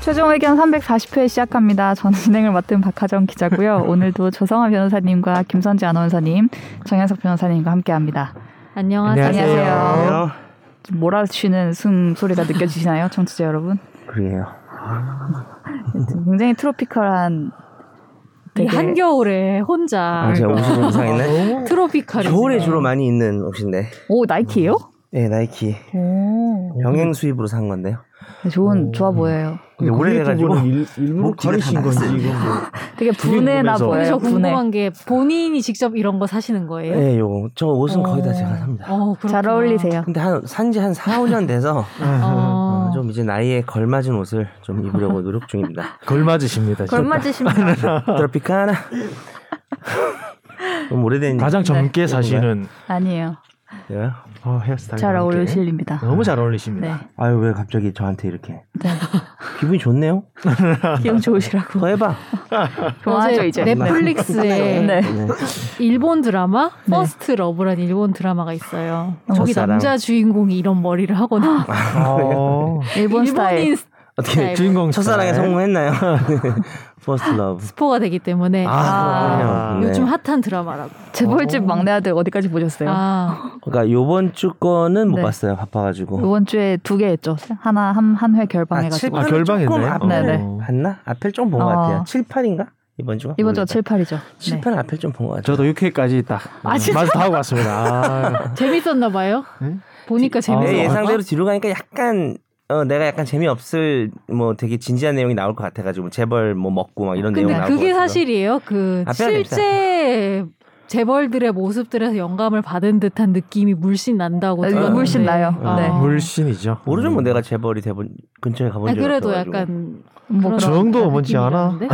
최종 의견 340회 시작합니다. 저는 진행을 맡은 박하정 기자고요. 오늘도 조성아 변호사님과 김선지 아나운서님, 정현석 변호사님과 함께합니다. 어, 안녕하세요. 안녕하세요. 좀 몰아치는 숨 소리가 느껴지시나요, 청취자 여러분? 그래요. 아. 굉장히 트로피컬한 이 되게- 그 한겨울에 혼자 아, 제가 옷이 좀 아, 이상했네. 트로피칼 겨울에 주로 많이 입는 옷인데. 오 나이키예요? 네, 나이키. 오 병행 수입으로 산 건데요. 네, 좋은 좋아 보여요. 근데 오래돼가지고 일, 일부러 목뒤가 가리신 다 건지 났어요. 이건 뭐 되게 분해나 궁금해서. 근데 보여요. 네. 저 분해. 궁금한 게 본인이 직접 이런 거 사시는 거예요? 네, 요거. 저 옷은 거의 다 어. 제가 삽니다. 어, 그렇구나. 잘 어울리세요. 근데 한, 산지 한 4, 5년 돼서 아, 어. 어, 좀 이제 나이에 걸맞은 옷을 좀 입으려고 노력 중입니다. 걸맞으십니다. 진짜. 걸맞으십니다. 트로피카나. 좀 오래된. 가장 젊게 사시는 네. 아니에요. 예. 어, 헤어스타일 잘 어울리십니다. 너무 잘 어울리십니다. 네. 아유, 왜 갑자기 저한테 이렇게. 기분이 좋네요? 기분 좋으시라고. 더 해봐. 좋아하죠 어제 이제. 넷플릭스에 네. 네. 일본 드라마 네. 퍼스트 러브란 일본 드라마가 있어요. 저기 첫사랑. 남자 주인공이 이런 머리를 하고 나 어, 일본 스타일. 일본인 어떻게 네. 주인공 첫사랑에 스타일. 성공했나요? 퍼스트 러브. 스포가 되기 때문에 아, 그렇군요. 요즘 네. 핫한 드라마라고. 재벌집 막내 아들 어디까지 보셨어요? 아, 그러니까 요번 주 거는 못 네. 봤어요. 바빠가지고. 이번 주에 두 개 했죠. 하나 한 한 회 결방해가지고. 아, 결방했네. 조금 앞에 네네. 봤나? 앞에 좀 본 것 어. 같아요. 7, 8인가? 이번 주가? 이번 주가 7, 8이죠. 네. 7, 8 앞에 좀 본 것 같아요. 저도 6회까지 딱 아, 진짜? 마저 다 하고 왔습니다. 아, 재밌었나 봐요. 네? 보니까 아, 재밌었나 내 봐. 예상대로 뒤로 가니까 약간 어, 내가 약간 재미없을 뭐 되게 진지한 내용이 나올 것 같아가지고 뭐 재벌 뭐 먹고 막 이런 내용 근데 나올 것 그게 같아서. 사실이에요. 그 아, 빼야 됩니다. 실제 재벌들의 모습들에서 영감을 받은 듯한 느낌이 물씬 난다고. 아, 들었는데. 물씬 나요. 아. 네. 물씬이죠. 모르죠 뭐 내가 재벌이 대본 근처에 가본 아, 적이 그래도 없어가지고. 약간 뭐 그런 정도 뭔지 느낌이 알아? 나는데?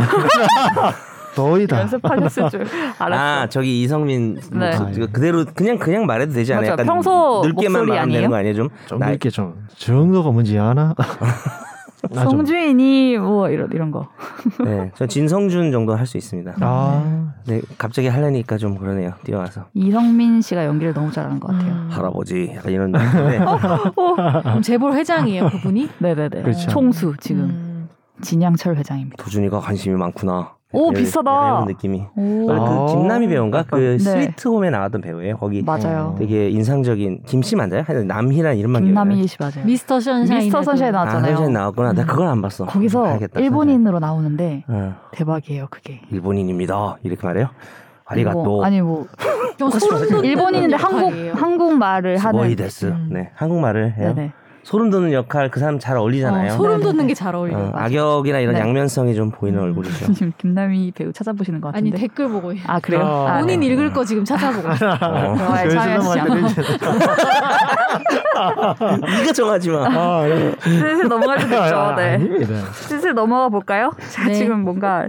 거의 다. 연습하셨을 줄 알았어. 아 저기 이성민 네. 목소리 이거 그대로 그냥 그냥 말해도 되지 맞아. 않아요? 약간 평소 늙게만 목소리 말하면 아니에요? 되는 거 아니에요 좀? 좀 나- 이렇게 좀 정도가 뭔지 아나? 나 좀- 성주인이 뭐 이런 이런 거. 네, 저 진성준 정도 할 수 있습니다. 아, 네, 갑자기 하려니까 좀 그러네요. 뛰어와서 이성민 씨가 연기를 너무 잘하는 것 같아요. 음. 할아버지 약간 이런 느낌인데 그럼 재벌 회장이에요, 그분이? 네네네. 그렇죠. 총수 지금 음. 진양철 회장입니다. 도준이가 관심이 많구나. 오, 약간 비싸다. 약간 이런 느낌이. 오 아. 그 김남희 배우인가 그 네. 스위트홈에 나왔던 배우예요. 거기 맞아요. 어, 되게 인상적인 김씨 맞아요? 하여튼 남희란 이름만 기억나요. 김남희 씨 맞아요. 미스터 그 션샤인. 미스터 선샤인 아, 선생 나왔잖아요. 음. 나왔구나. 나 그걸 안 봤어. 거기서 봐야겠다, 일본인으로 나오는데 선샤인. 어, 대박이에요 그게. 일본인입니다. 이렇게 말해요. 그러니까 아리가또. 뭐, 아니 뭐 좀 소름 돋는 일본인인데 한국 역할이에요. 한국 말을 하는. 스모이데스. 음. 네, 한국말을 해요. 네네. 소름 돋는 역할 그 사람 잘 어울리잖아요. 어, 소름 돋는 네네네. 게 잘 어울려. 어, 요 악역이나 이런 네. 양면성이 좀 보이는 음. 얼굴이죠. 지금 김남희 배우 찾아보시는 것 아니 같은데. 댓글 보고 있- 아 그래요? 아, 아, 본인 읽을 거 지금 찾아보고. 있어요. 어. 대화에 저희 참여하시지 지나갈 않아. 때 되게- 네가 정하지 마. 어. 아, 네. 슬슬 넘어갈 수 아, 있죠. 네. 아닙니다. 슬슬 넘어가 볼까요? 제가 네. 지금 뭔가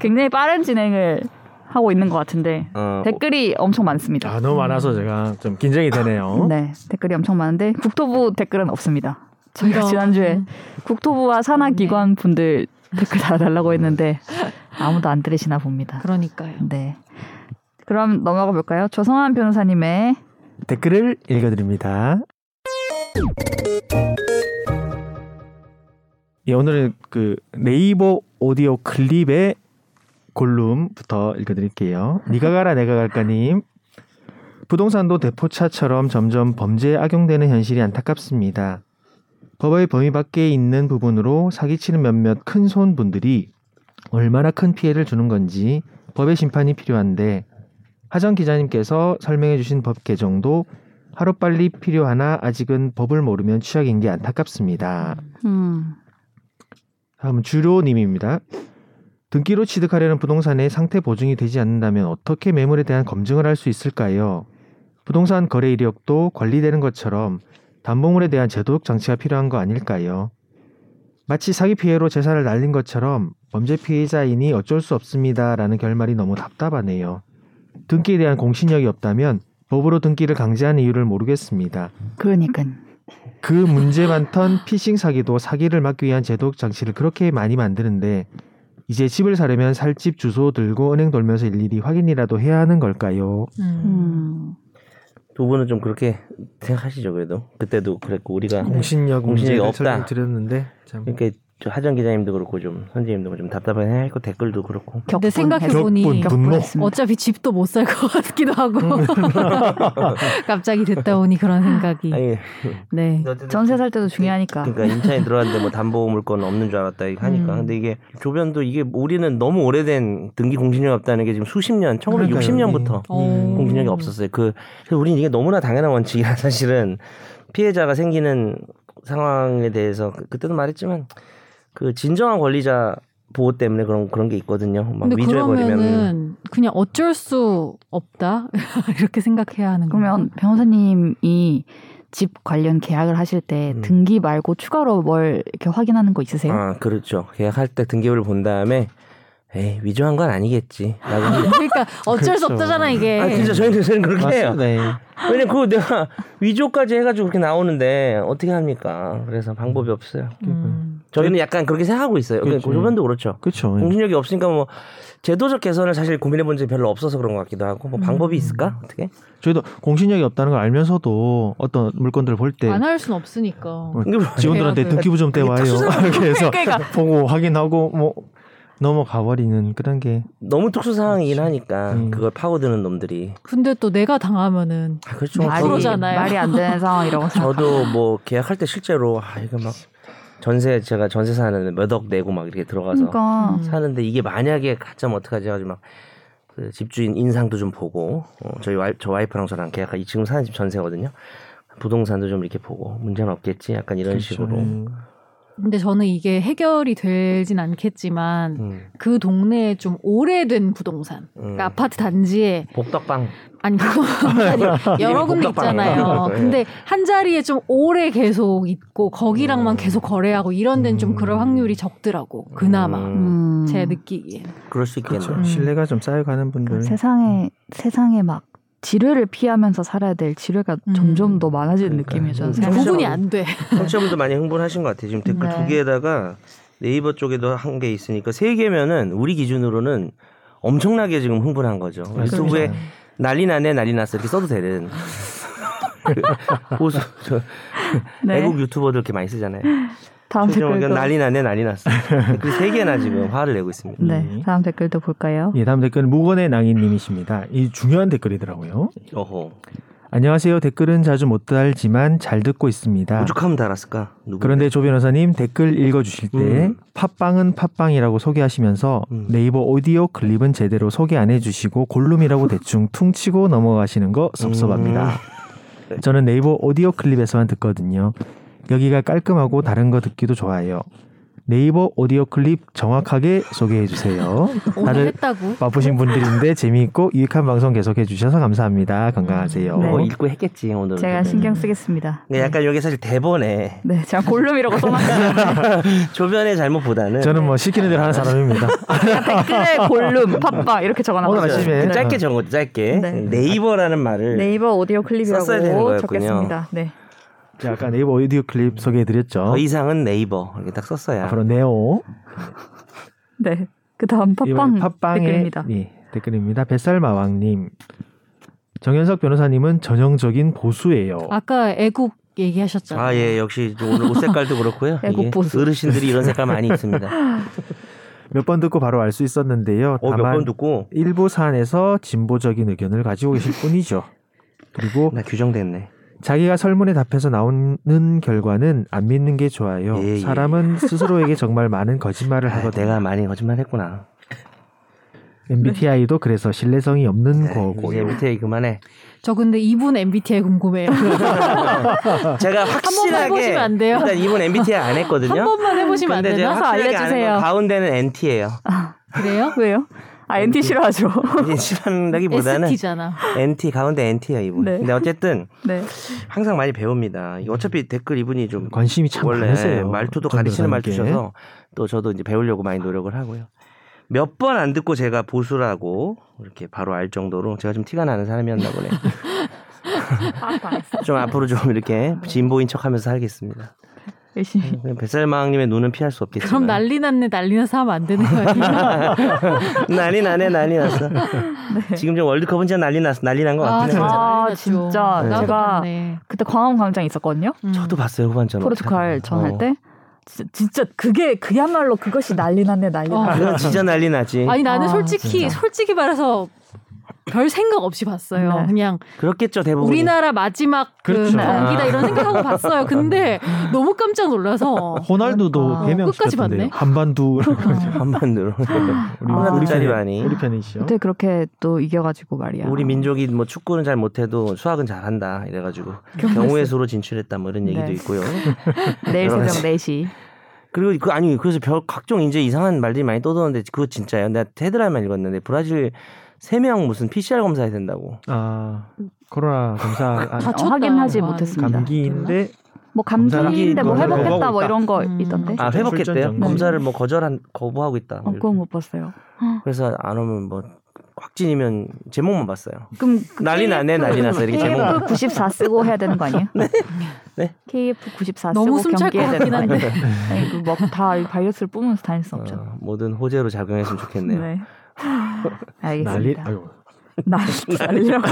굉장히 빠른 진행을 하고 있는 것 같은데 아, 어, 댓글이 엄청 많습니다. 아, 어? 너무 많아서 제가 좀 긴장이 되네요. 네, 댓글이 엄청 많은데 국토부 댓글은 없습니다. 저희가 이런. 음, 네. 지난주에 국토부와 산하기관 분들 댓글 달아달라고 했는데 아무도 안 들으시나 봅니다. 그러니까요. 네. 그럼 넘어가 볼까요? 조성환 변호사님의 댓글을 읽어드립니다. 예, 오늘은 그 네이버 오디오 클립의 골룸부터 읽어드릴게요. 니가 가라 내가 갈까님. 부동산도 대포차처럼 점점 범죄에 악용되는 현실이 안타깝습니다. 법의 범위 밖에 있는 부분으로 사기치는 몇몇 큰손 분들이 얼마나 큰 피해를 주는 건지 법의 심판이 필요한데 하정 기자님께서 설명해 주신 법 개정도 하루빨리 필요하나 아직은 법을 모르면 취약인 게 안타깝습니다. 음, 다음은 주로님입니다. 등기로 취득하려는 부동산의 상태 보증이 되지 않는다면 어떻게 매물에 대한 검증을 할 수 있을까요? 부동산 거래 이력도 관리되는 것처럼 담보물에 대한 제도적 장치가 필요한 거 아닐까요? 마치 사기 피해로 재산을 날린 것처럼 범죄 피해자이니 어쩔 수 없습니다라는 결말이 너무 답답하네요. 등기에 대한 공신력이 없다면 법으로 등기를 강제한 이유를 모르겠습니다. 그러니까 그 문제 많던 피싱 사기도 사기를 막기 위한 제도 장치를 그렇게 많이 만드는데 이제 집을 사려면 살집 주소 들고 은행 돌면서 일일이 확인이라도 해야 하는 걸까요? 음. 음, 두 분은 좀 그렇게 생각하시죠 그래도 그때도 그랬고 우리가 네. 공신력 문제를 공신력이 없다. 설명드렸는데 참 그러니까 저 하정 기자님도 그렇고 좀 선재님도 좀 답답해했고 댓글도 그렇고 근데 생각해보니 격분, 분노. 격분했습니다. 어차피 집도 못 살 것 같기도 하고 갑자기 듣다 보니 그런 생각이 아니 네 어쨌든 전세 살 때도 중요하니까. 그러니까 인천에 들어왔는데 뭐 담보 물건 없는 줄 알았다 이거 하니까 음. 근데 이게 조변도 이게 우리는 너무 오래된 등기 공신력 없다는 게 지금 수십 년 네. 1960년부터 음. 어. 공신력이 없었어요 그 그래서 우리는 이게 너무나 당연한 원칙이라 사실은 피해자가 생기는 상황에 대해서 그- 그때도 말했지만 그 진정한 권리자 보호 때문에 그런 그런 게 있거든요 막 근데 위조해 버리면 그러면은 그냥 어쩔 수 없다 이렇게 생각해야 하는 거예요. 그러면 변호사님이 집 관련 계약을 하실 때 음. 등기 말고 추가로 뭘 이렇게 확인하는 거 있으세요? 아 그렇죠 계약할 때 등기부를 본 다음에 에이 위조한 건 아니겠지라고 하는데 그러니까 어쩔 수 그렇죠. 없다잖아 이게. 아 진짜 저희는 저희는 그렇게 해요 맞습니다. 예. 왜냐면 그거 내가 위조까지 해가지고 그렇게 나오는데 어떻게 합니까? 그래서 방법이 없어요. 음. 저희는 약간 그렇게 생각하고 있어요. 그러니까 그렇죠. 조변도 그렇죠. 그렇죠. 공신력이 없으니까 뭐 제도적 개선을 사실 고민해 본 적이 별로 없어서 그런 것 같기도 하고 뭐 방법이 있을까? 어떻게? 저희도 공신력이 없다는 걸 알면서도 어떤 물건들을 볼 때 안 할 순 없으니까. 네. 어, 이게 뭐- 직원들한테 그래도- 등기부 좀 떼와요. 이렇게 해서 보고 확인하고 뭐 넘어가 버리는 그런 게 너무 특수 상황이긴 하니까 음. 그걸 파고드는 놈들이 근데 또 내가 당하면은 아, 그렇죠. 말이- 저도- 프로잖아요. 말이 안 되는 상황이라고 생각. 저도 뭐 계약할 때 실제로 아 이거 막 전세 제가 전세 사는데 몇 억 내고 막 이렇게 들어가서 그러니까 음. 사는데 이게 만약에 가짜면 어떡하지 해가지고 막. 그 집주인 인상도 좀 보고 어, 저희 와이, 저 와이프랑 저랑 계약한 이 지금 사는 집 전세거든요. 부동산도 좀 이렇게 보고 문제는 없겠지 약간 이런 식으로. 예. 근데 저는 이게 해결이 되진 않겠지만 음, 그 동네에 좀 오래된 부동산, 음. 그러니까 아파트 단지에 복덕방 아니 그거 아니, 여러 군데 복잡하네요. 있잖아요. 네. 근데 한 자리에 좀 오래 계속 있고 거기랑만 음. 계속 거래하고 이런 데는 좀 그럴 음. 확률이 적더라고. 그나마 음, 음. 제 느끼기에. 그럴 수 있겠네요. 그렇죠. 음. 신뢰가 좀 쌓여가는 음. 분들. 세상에 세상에 막 지뢰를 피하면서 살아야 될 지뢰가 음. 네, 점점 더 많아지는 그러니까요. 느낌이에요. 저는 음. 생각해보면. 구분이 안 돼. 청취자분도 많이 흥분하신 것 같아요. 지금 댓글 네. 두 개에다가 네이버 쪽에도 한 개 있으니까 세 개면은 우리 기준으로는 엄청나게 지금 흥분한 거죠. 그렇죠. 유튜브에 난리 나네 난리 났어 이렇게 써도 되는. 보수 저 네. 외국 유튜버들 이렇게 많이 쓰잖아요. 다음 최종 의견 댓글도 난리 나네 난리 났어. 그세 개나 지금 화를 내고 있습니다. 네 다음 댓글도 볼까요? 예, 다음 댓글은 무건의 낭인님이십니다. 이 중요한 댓글이더라고요. 어허. 안녕하세요. 댓글은 자주 못 달지만 잘 듣고 있습니다. 오죽하면 달았을까? 누구? 그런데 조 변호사님 댓글 읽어주실 때 음. 팟빵은 팟빵이라고 소개하시면서 음. 네이버 오디오 클립은 제대로 소개 안 해주시고 골룸이라고 대충 퉁치고 넘어가시는 거 섭섭합니다. 음. 저는 네이버 오디오 클립에서만 듣거든요. 여기가 깔끔하고 다른 거 듣기도 좋아요. 네이버 오디오 클립 정확하게 소개해 주세요. 오늘 다들 했다고. 바쁘신 분들인데 재미있고 유익한 방송 계속해 주셔서 감사합니다. 건강하세요. 어, 네. 뭐 읽고 했겠지 오늘. 제가 신경 쓰겠습니다. 근데 그러니까 약간 여기 사실 대본에 네 제가 골룸이라고 써놨는데 조변의 잘못보다는 저는 뭐 시키는 대로 하는 사람입니다. 댓글에 골룸 팝빵 이렇게 오늘 적어놨어요. 아침에 네. 짧게 적었 짧게 네. 네. 이버라는 말을 네이버 오디오 썼어야 되는 클립이라고 거였군요. 적겠습니다. 네. 자, 아까 네이버 오디오 클립 소개해 드렸죠. 더 이상은 네이버 이렇게 딱 썼어야. 아, 그렇죠. 앞으로 네오 네. 그 다음 팝빵 이번엔 팟빵의 댓글입니다. 예, 댓글입니다. 뱃살마왕님 정현석 변호사님은 전형적인 보수예요. 아까 애국 얘기하셨잖아요. 아 예 역시 좀 오늘 옷 색깔도 그렇고요. 애국 이게 보수. 어르신들이 이런 색깔 많이 있습니다. 몇 번 듣고 바로 알 수 있었는데요. 어, 몇 다만 번 듣고 일부 사안에서 진보적인 의견을 가지고 계실 뿐이죠. 그리고 나 규정됐네. 자기가 설문에 답해서 나오는 결과는 안 믿는 게 좋아요. 예, 예. 사람은 스스로에게 정말 많은 거짓말을 아, 네. 하거든요. 내가 많이 거짓말했구나. MBTI도 그래서 신뢰성이 없는 어, 고 네, 이제 예. 거고요. 밑에 그만해. 저 근데 이분 MBTI 궁금해요. 제가 아, 한번 확실하게 해보시면 안 돼요? 일단 이번 MBTI 안 했거든요. 한 번만 해보시면 안 근데 제가 되나? 확실하게 아는 알려주세요. 건 가운데는 NT예요. 아, 그래요? 왜요? 아 NT 싫어하죠. 싫어한다기보다는 ST잖아. NT 가운데 NT예요 이분. 네. 근데 어쨌든 네. 항상 많이 배웁니다. 어차피 댓글 이분이 좀 음. 관심이 참 원래 많으세요. 말투도 정 가르치는 변호사님께. 말투셔서 또 저도 이제 배우려고 아. 많이 노력을 하고요. 몇 번 안 듣고 제가 보수라고 이렇게 바로 알 정도로 제가 좀 티가 나는 사람이었나 보네. 좀 앞으로 좀 이렇게 진보인 척하면서 살겠습니다. 열심히. 뱃살마왕님의 눈은 피할 수 없겠지만. 그럼 난리 났네 난리 나서 하면 안 되는 거 아니에요? 난리 나네 난리 났어. 지금 좀 월드컵은 진짜 난리 났어 난리 난 것 아 같아요. 진짜 아, 난리 났죠. 진짜. 나도 제가 봤네. 그때 광화문 광장 있었거든요. 음. 저도 네, 봤어요 후반전. 포르투갈 전할 어. 때 진짜, 진짜 그게 그야말로 그것이 난리 났네 난리 어. 났네. 그건 진짜 난리 나지. 아니 나는 아, 솔직히 진짜. 솔직히 말해서 별 생각 없이 봤어요. 네. 그냥 그렇겠죠 대부분. 우리나라 마지막 그 그렇죠. 아. 경기다 이런 생각하고 봤어요. 근데 너무 깜짝 놀라서 호날두도 아, 그렇구나. 개명 끝까지 시켰던데 봤네. 한반도 그러니까. 한반도로 우리 아. 우리 짜리 편이 많이. 우리 편이시죠. 네. 근데 그렇게 또 이겨가지고 말이야. 우리 민족이 뭐 축구는 잘 못해도 수학은 잘한다 이래가지고 경우의 경우의 수로 진출했다 뭐 이런 얘기도 네. 있고요. 내일 여러 새벽 4시. 가지. 그리고 그 아니 그래서 별 각종 이제 이상한 말들이 많이 떠도는데 그거 진짜예요. 내가 헤드라인만 읽었는데 브라질 세 명 무슨 PCR 검사해야 된다고. 아 코로나 검사 아, 다 쳤다. 어, 확인하지 아, 못했습니다. 감기인데 뭐 감기인데 감기인데 뭐 검사를 회복했다 하고 뭐 있다. 이런 거 음. 있던데. 아 출전 회복했대요. 전 검사를 뭐 거절한 거부하고 있다. 어, 뭐 그건 못 봤어요. 그래서 안 오면 뭐 확진이면 제목만 봤어요. 그럼 난리 나네 난리 났어 이렇게 제목. KF 94 쓰고 해야 되는 거 아니에요? 네? KF 94 너무 쓰고 숨찰 것 경기해야 되는 같긴 거 아니에요? 한데 아니, 그뭐다 바이러스를 뿜으면서 다닐 수 없잖아. 어, 모든 호재로 작용했으면 좋겠네요. 네. 난리 알겠습니다. 아유 난리 난리라고.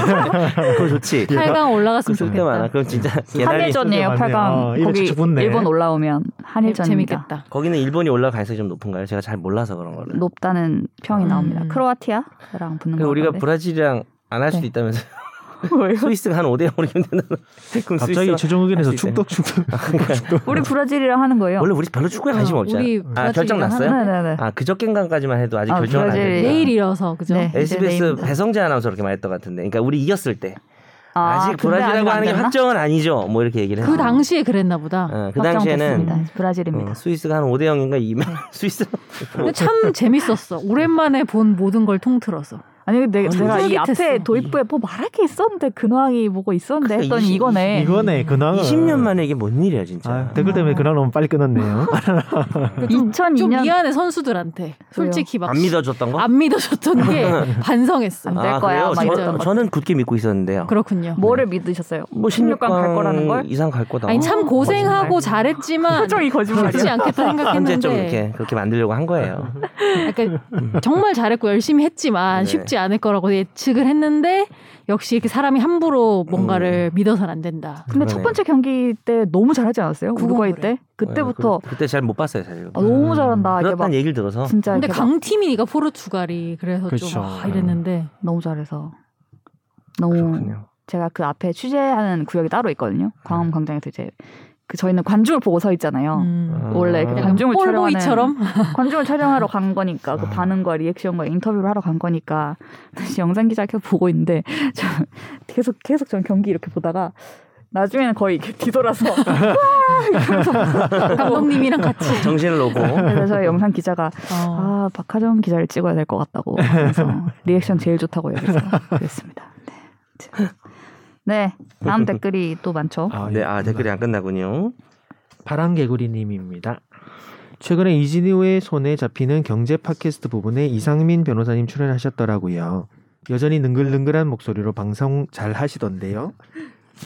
그거 좋지. 8강 올라갔으면 쓸데 좋겠다. 많아. 예. 그럼 진짜 네. 개난리. 한일전이에요. 맞네요. 8강. 아, 이거 거기 진짜 좋네. 일본 올라오면 한일전입니다. 재밌겠다. 거기는 일본이 올라갈 가능성이 좀 높은가요? 제가 잘 몰라서 그런 거를. 높다는 평이 음. 나옵니다. 크로아티아랑 붙는 그 거 우리가 같은데. 브라질이랑 안 할 수도 네. 있다면서 왜요? 스위스가 한 5대 0으로 이긴다는 그럼 갑자기 스위스가- 최종 의견에서 할수 있어요. 아, 축덕 축덕 우리 브라질이랑 하는 거예요. 원래 우리 별로 축구에 관심이 어, 없잖아요. 우리 아 브라질이랑 결정 났어요? 하는- 네네네. 아 그저께인가까지만 해도 아직 아, 결정은 안 브라질 됐어요. 내일이라서 그죠? 네. 이제 SBS 내일입니다. 배성재 아나운서 그렇게 말했던 것 같은데, 그러니까 우리 이겼을 때 아, 아, 직 근데 브라질이라고 아직 안 하는 게 됐나? 확정은 아니죠. 뭐 이렇게 얘기를 그 했어요. 당시에 그랬나 보다. 어, 그 당시에는 확정됐습니다. 브라질입니다. 네. 어, 스위스가 한 5대 0인가 2만 스위스 그렇죠. 근데 참 재밌었어. 오랜만에 본 모든 걸 통틀어서. 아니 근데 완전 내가 이 쫄깃했어. 앞에 도입부에 뭐 말할 게 있었는데 근황이 뭐고 있었는데 그래, 했더니 그러니까 이십- 이거네. 이거네 근황은 20년 만에 아, 이게 뭔 일이야 진짜. 아, 네. 댓글 때문에 근황 너무 빨리 끊었네요. 2002년 좀 미안해 선수들한테. 솔직히 막 안 믿어줬던 거? 안 믿어줬던 게 반성했어. 안 될 아, 거야, 그래요? 막 이런 저, 거. 저는 굳게 믿고 있었는데요. 그렇군요. 뭐를 믿으셨어요? 16강 갈 거라는 걸? 이상 갈 거다. 아니 참 고생하고 잘했지만 표정이 그렇지 거짓말이야. 않겠다 현재 뭐, 좀 생각했는데 아, 이렇게 그렇게 만들려고 한 거예요. 음. 약간 그러니까 정말 잘했고 열심히 했지만 음. 네. 쉽지 않을 거라고 예측을 했는데 역시 이렇게 사람이 함부로 음. 뭔가를 믿어서는 안 된다. 근데 첫 그러네요. 번째 경기 때 너무 잘하지 않았어요? 그건 우루과이 그래. 때? 그때부터 그, 때 잘 못 봤어요, 사실. 아, 너무 잘한다. 이게 막 그렇다는 얘기를 들어서 진짜 근데 이렇게 막 강팀이니까 포르투갈이 그래서 그렇죠. 좀 아, 이랬는데 너무 잘해서 너무 그렇군요. 제가 그 앞에 취재하는 구역이 따로 있거든요. 광화문 광장에서 이제 그 저희는 관중을 보고 서 있잖아요. 어. 음. 원래 그냥 약간 관중을 촬영하는 볼보이처럼 관중을 촬영하러 간 거니까 그 아. 반응과 리액션과 인터뷰를 하러 간 거니까 다시 영상 기자 계속 보고 있는데 저 계속 계속 전 경기 이렇게 보다가 나중에는 거의 이렇게 뒤돌아서 감독님이랑 같이 정신을 놓고 그래서 저희 영상 기자가 어. 아 박하정 기자를 찍어야 될 것 같다고 그래서 리액션 제일 좋다고 여기서 그랬습니다. 네. 자. 네 다음 댓글이 또 많죠. 네, 아 댓글이 안 끝나군요. 파란 개구리님입니다. 최근에 이진우의 손에 잡히는 경제 팟캐스트 부분에 이상민 변호사님 출연하셨더라고요. 여전히 능글능글한 목소리로 방송 잘 하시던데요.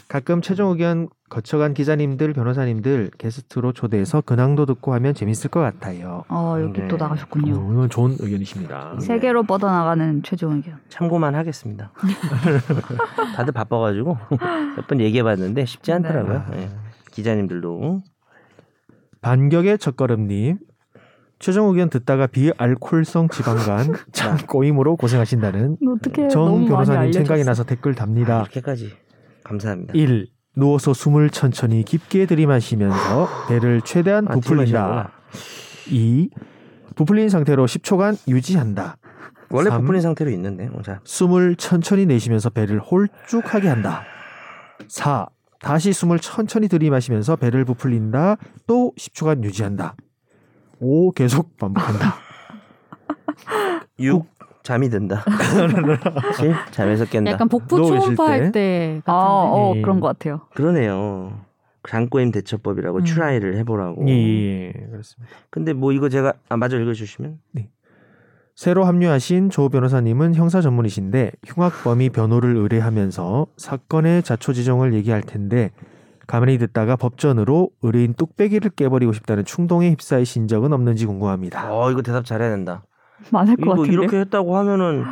가끔 최종 의견 거쳐간 기자님들, 변호사님들 게스트로 초대해서 근황도 듣고 하면 재밌을 것 같아요. 어 여기 네. 또 나가셨군요. 이건 좋은 의견이십니다. 세계로 뻗어나가는 최종 의견. 참고만 하겠습니다. 다들 바빠가지고 몇 번 얘기해봤는데 쉽지 않더라고요. 네. 예. 기자님들도 반격의 첫걸음님. 최종 의견 듣다가 비알코올성 지방간 참 꼬임으로 고생하신다는 뭐 어떻게 정 변호사님 생각이 나서 댓글 답니다. 이렇게까지 아, 감사합니다. 1. 누워서 숨을 천천히 깊게 들이마시면서 배를 최대한 아, 부풀린다. 들이마시는구나. 2. 부풀린 상태로 10초간 유지한다. 원래 삼. 부풀린 상태로 있는데 어, 자 숨을 천천히 내쉬면서 배를 홀쭉하게 한다. 4. 다시 숨을 천천히 들이마시면서 배를 부풀린다. 또 10초간 유지한다. 5. 계속 반복한다. 6. 잠이 든다. 7. 잠에서 깬다. 약간 복부 누워 계실 초음파 때. 할 때 아, 같은데. 어, 예. 그런 것 같아요. 그러네요. 장꼬임 대처법이라고 음. 트라이를 해보라고. 예, 그렇습니다. 근데 뭐 이거 제가 아 맞아 읽어주시면 새로 합류하신 조 변호사님은 형사 전문이신데 흉악범이 변호를 의뢰하면서 사건의 자초지종을 얘기할 텐데 가만히 듣다가 법전으로 의뢰인 뚝배기를 깨버리고 싶다는 충동에 휩싸이신 적은 없는지 궁금합니다. 어 이거 대답 잘해야 된다. 많을 것 이거 같은데. 이렇게 했다고 하면은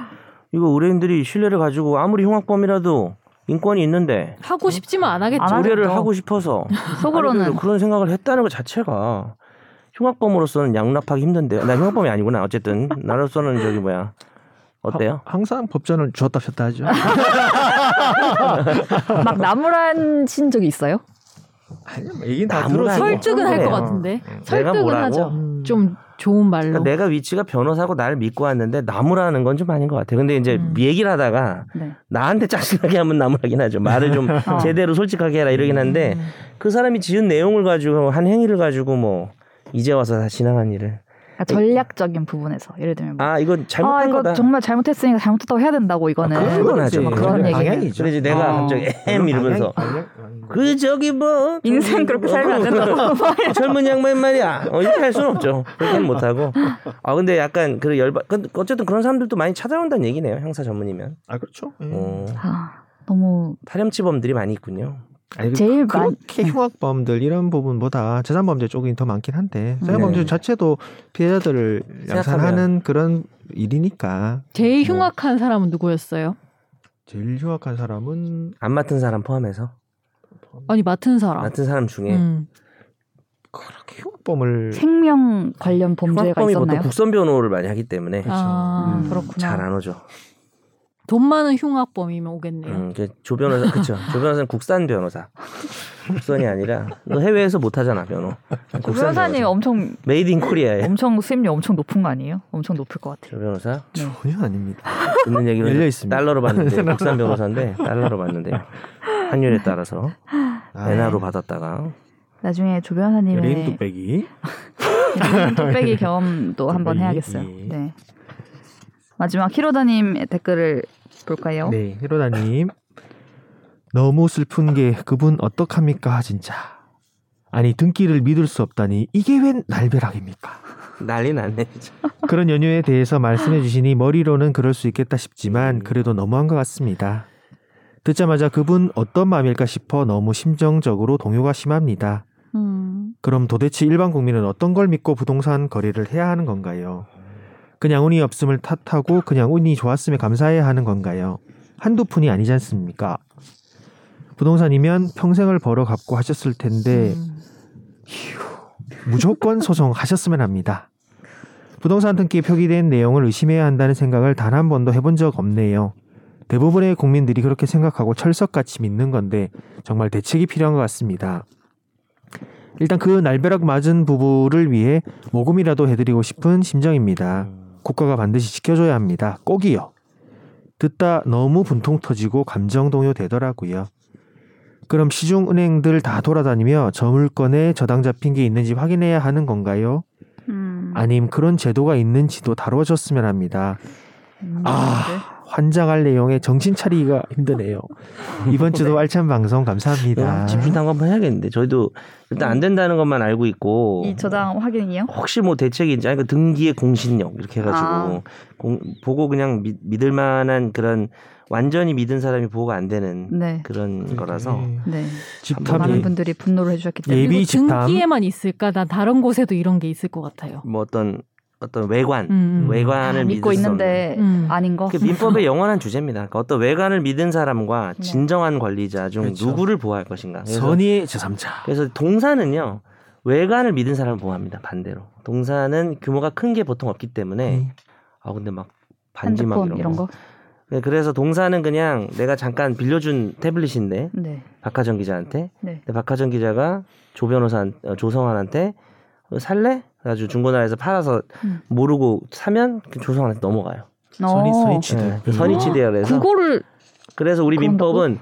이거 의뢰인들이 신뢰를 가지고 아무리 흉악범이라도 인권이 있는데 하고 싶지만 안 하겠죠. 안 하죠. 의뢰를 하죠. 하고 싶어서 아니, 속으로는 그래도 그런 생각을 했다는 것 자체가 흉악범으로서는 양납하기 힘든데요. 나 흉악범이 아니구나. 어쨌든 나로서는 저기 뭐야 어때요? 하- 항상 법전을 주었다 폈다 하죠. 막 나무란 친 적이 있어요? 아니, 뭐 얘긴 다 나무라니. 들었어. 설득은 할 것 그래요. 같은데. 음. 내가 설득은 뭐라고? 하죠. 음. 좀 좋은 말로. 어. 그러니까 내가 위치가 변호사고 나를 믿고 왔는데 나무라는 건 좀 아닌 것 같아요. 근데 이제 음. 얘기를 하다가 네. 나한테 짜증나게 하면 나무라긴 하죠. 말을 좀 어. 음. 제대로 솔직하게 해라 이러긴 한데 그 사람이 지은 내용을 가지고 한 행위를 가지고 뭐 이제 와서 다 지나간 일을 그러니까 전략적인 부분에서 예를 들면 뭐, 아 이건 잘못한 아 이거 거다. 정말 잘못했으니까 잘못했다고 해야 된다고 이거는 아, 그건 하죠. 막 그런 얘기. 방향이죠. 그래서 이제 내가 어. 갑자기 엠 이러면서 그 저기 뭐 아, 네. 인생 그렇게 살면 안 된다고. 젊은 양반 말이야 어, 이렇게 할 수는 없죠 그렇게는 못하고 아 근데 약간 그 열받 근데 어쨌든 그런 사람들도 많이 찾아온다는 얘기네요 형사 전문이면 아 그렇죠. 예. 어, 아, 너무 파렴치범들이 많이 있군요 아니, 그- 제일 많이 그렇게 흉악범들 이런 부분보다 재산범죄 쪽이 더 많긴 한데 재산범죄 네. 자체도 피해자들을 양산하는 그런 일이니까 제일 뭐. 흉악한 사람은 누구였어요? 제일 흉악한 사람은 안 맡은 사람 포함해서 아니 맡은 사람. 맡은 사람 중에 음. 그렇게 흉악범을 생명 관련 범죄가 흉악범이 보통 있었나요? 국선 변호를 많이 하기 때문에 아 음. 그렇구나. 그렇죠. 잘 안 오죠 돈 많은 흉악범이면 오겠네요. 음, 그조 변호사 그쵸 조 변호사는 국산 변호사 국선이 아니라 너 해외에서 못 하잖아 변호 조 국산 그 변호사님 변호사. 엄청 메이드 인 코리아에 엄청 수입료 엄청 높은 거 아니에요? 엄청 높을 것 같아요. 조 변호사 전혀 아닙니다. 듣는 얘기는 열려 있습니다. 달러로 받는데 국산 변호사인데 달러로 받는데 환율에 따라서 아, 네. 엔화로 받았다가 나중에 조 네, 연예인 변호사님의 뚝배기. 뚝배기 경험도 한번 뚝배기, 해야겠어요. 예. 네. 마지막 히로다님의 댓글을 볼까요? 네, 히로다님. 너무 슬픈 게 그분 어떡합니까 진짜. 아니 등기를 믿을 수 없다니 이게 웬 날벼락입니까? 난리 났네 진짜. 그런 연유에 대해서 말씀해 주시니 머리로는 그럴 수 있겠다 싶지만 그래도 너무한 것 같습니다. 듣자마자 그분 어떤 마음일까 싶어 너무 심정적으로 동요가 심합니다. 음. 그럼 도대체 일반 국민은 어떤 걸 믿고 부동산 거래를 해야 하는 건가요? 그냥 운이 없음을 탓하고 그냥 운이 좋았음에 감사해야 하는 건가요? 한두 푼이 아니지 않습니까? 부동산이면 평생을 벌어 갚고 하셨을 텐데 음. 무조건 소송하셨으면 합니다. 부동산 등기에 표기된 내용을 의심해야 한다는 생각을 단 한 번도 해본 적 없네요. 대부분의 국민들이 그렇게 생각하고 철석같이 믿는 건데 정말 대책이 필요한 것 같습니다. 일단 그 날벼락 맞은 부부를 위해 모금이라도 해드리고 싶은 심정입니다. 국가가 반드시 지켜줘야 합니다. 꼭이요. 듣다 너무 분통 터지고 감정 동요되더라고요. 그럼 시중 은행들 다 돌아다니며 저물건에 저당 잡힌 게 있는지 확인해야 하는 건가요? 음. 아님 그런 제도가 있는지도 다뤄줬으면 합니다. 음, 아. 환장할 내용에 정신 차리기가 힘드네요. 이번 주도 알찬 방송 감사합니다. 네, 집중 탐구 한번 해야겠는데 저희도 일단 안 된다는 것만 알고 있고 이 저당 확인이요? 혹시 뭐 대책인지 아니 그 등기의 공신력 이렇게 아. 해가지고 공- 보고 그냥 믿, 믿을 만한 그런 완전히 믿은 사람이 보호가 안 되는 네. 그런 거라서 네. 음. 집탐이 많은 분들이 분노를 해주셨기 때문에 예비 그리고 집탐 등기에만 있을까? 난 다른 곳에도 이런 게 있을 것 같아요. 뭐 어떤 어떤 외관 음, 음. 외관을 믿을 아, 믿고 수 없는 있는데 음. 아닌 거. 그 민법의 영원한 주제입니다. 그러니까 어떤 외관을 믿은 사람과 네. 진정한 관리자 중 그렇죠. 누구를 보호할 것인가. 그래서, 선의의 제3자. 그래서 동사는요 외관을 믿은 사람을 보호합니다. 반대로 동사는 규모가 큰 게 보통 없기 때문에 음. 아 근데 막 반지 막 네. 핸드폰 이런, 이런 거. 거. 네, 그래서 동사는 그냥 내가 잠깐 빌려준 태블릿인데 네. 박하정 기자한테 네. 근데 박하정 기자가 조 변호사 조성환한테 어, 살래? 그래가지고 중고나라에서 팔아서 음. 모르고 사면 그 조성환한테 넘어가요. 선의 어, 선의 치대. 네, 선의 치대야 그래서 그거를 그래서 우리 그런다고? 민법은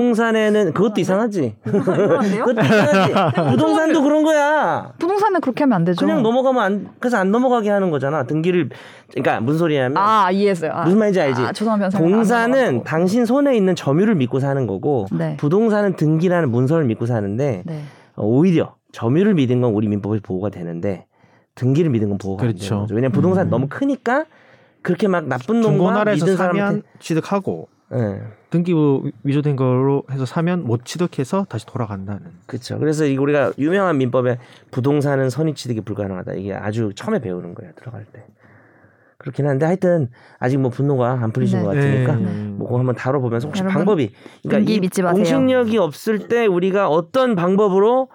부동산에는 그것도 이상하지. 그런데요? 그것도 이상하지. 부동산도 그런 거야. 부동산은 그렇게 하면 안 되죠. 그냥 넘어가면 안 그래서 안 넘어가게 하는 거잖아. 등기를 그러니까 무슨 소리냐면 아 이해했어요. 아, 무슨 말인지 알지? 아, 조성한 변호사. 공사는 당신 손에 있는 점유를 믿고 사는 거고 네. 부동산은 등기라는 문서를 믿고 사는데 네. 어, 오히려 점유를 믿은 건 우리 민법에서 보호가 되는데 등기를 믿은 건 보호가 안 그렇죠. 되는 거죠. 왜냐면 부동산 음. 너무 크니까 그렇게 막 나쁜 놈과 중고나라에서 믿은 사면 사람한테 취득하고 예. 등기 부- 위조된 거로 해서 사면 못 취득해서 다시 돌아간다는. 그렇죠. 그래서 이 우리가 유명한 민법에 부동산은 선의 취득이 불가능하다. 이게 아주 처음에 배우는 거예요. 들어갈 때. 그렇긴 한데 하여튼 아직 뭐 분노가 안 풀리신 네. 것 같으니까 예. 뭐 그거 한번 다뤄보면서 혹시 여러분, 방법이 그러니까 용기 이 믿지 마세요. 공식력이 없을 때 우리가 어떤 방법으로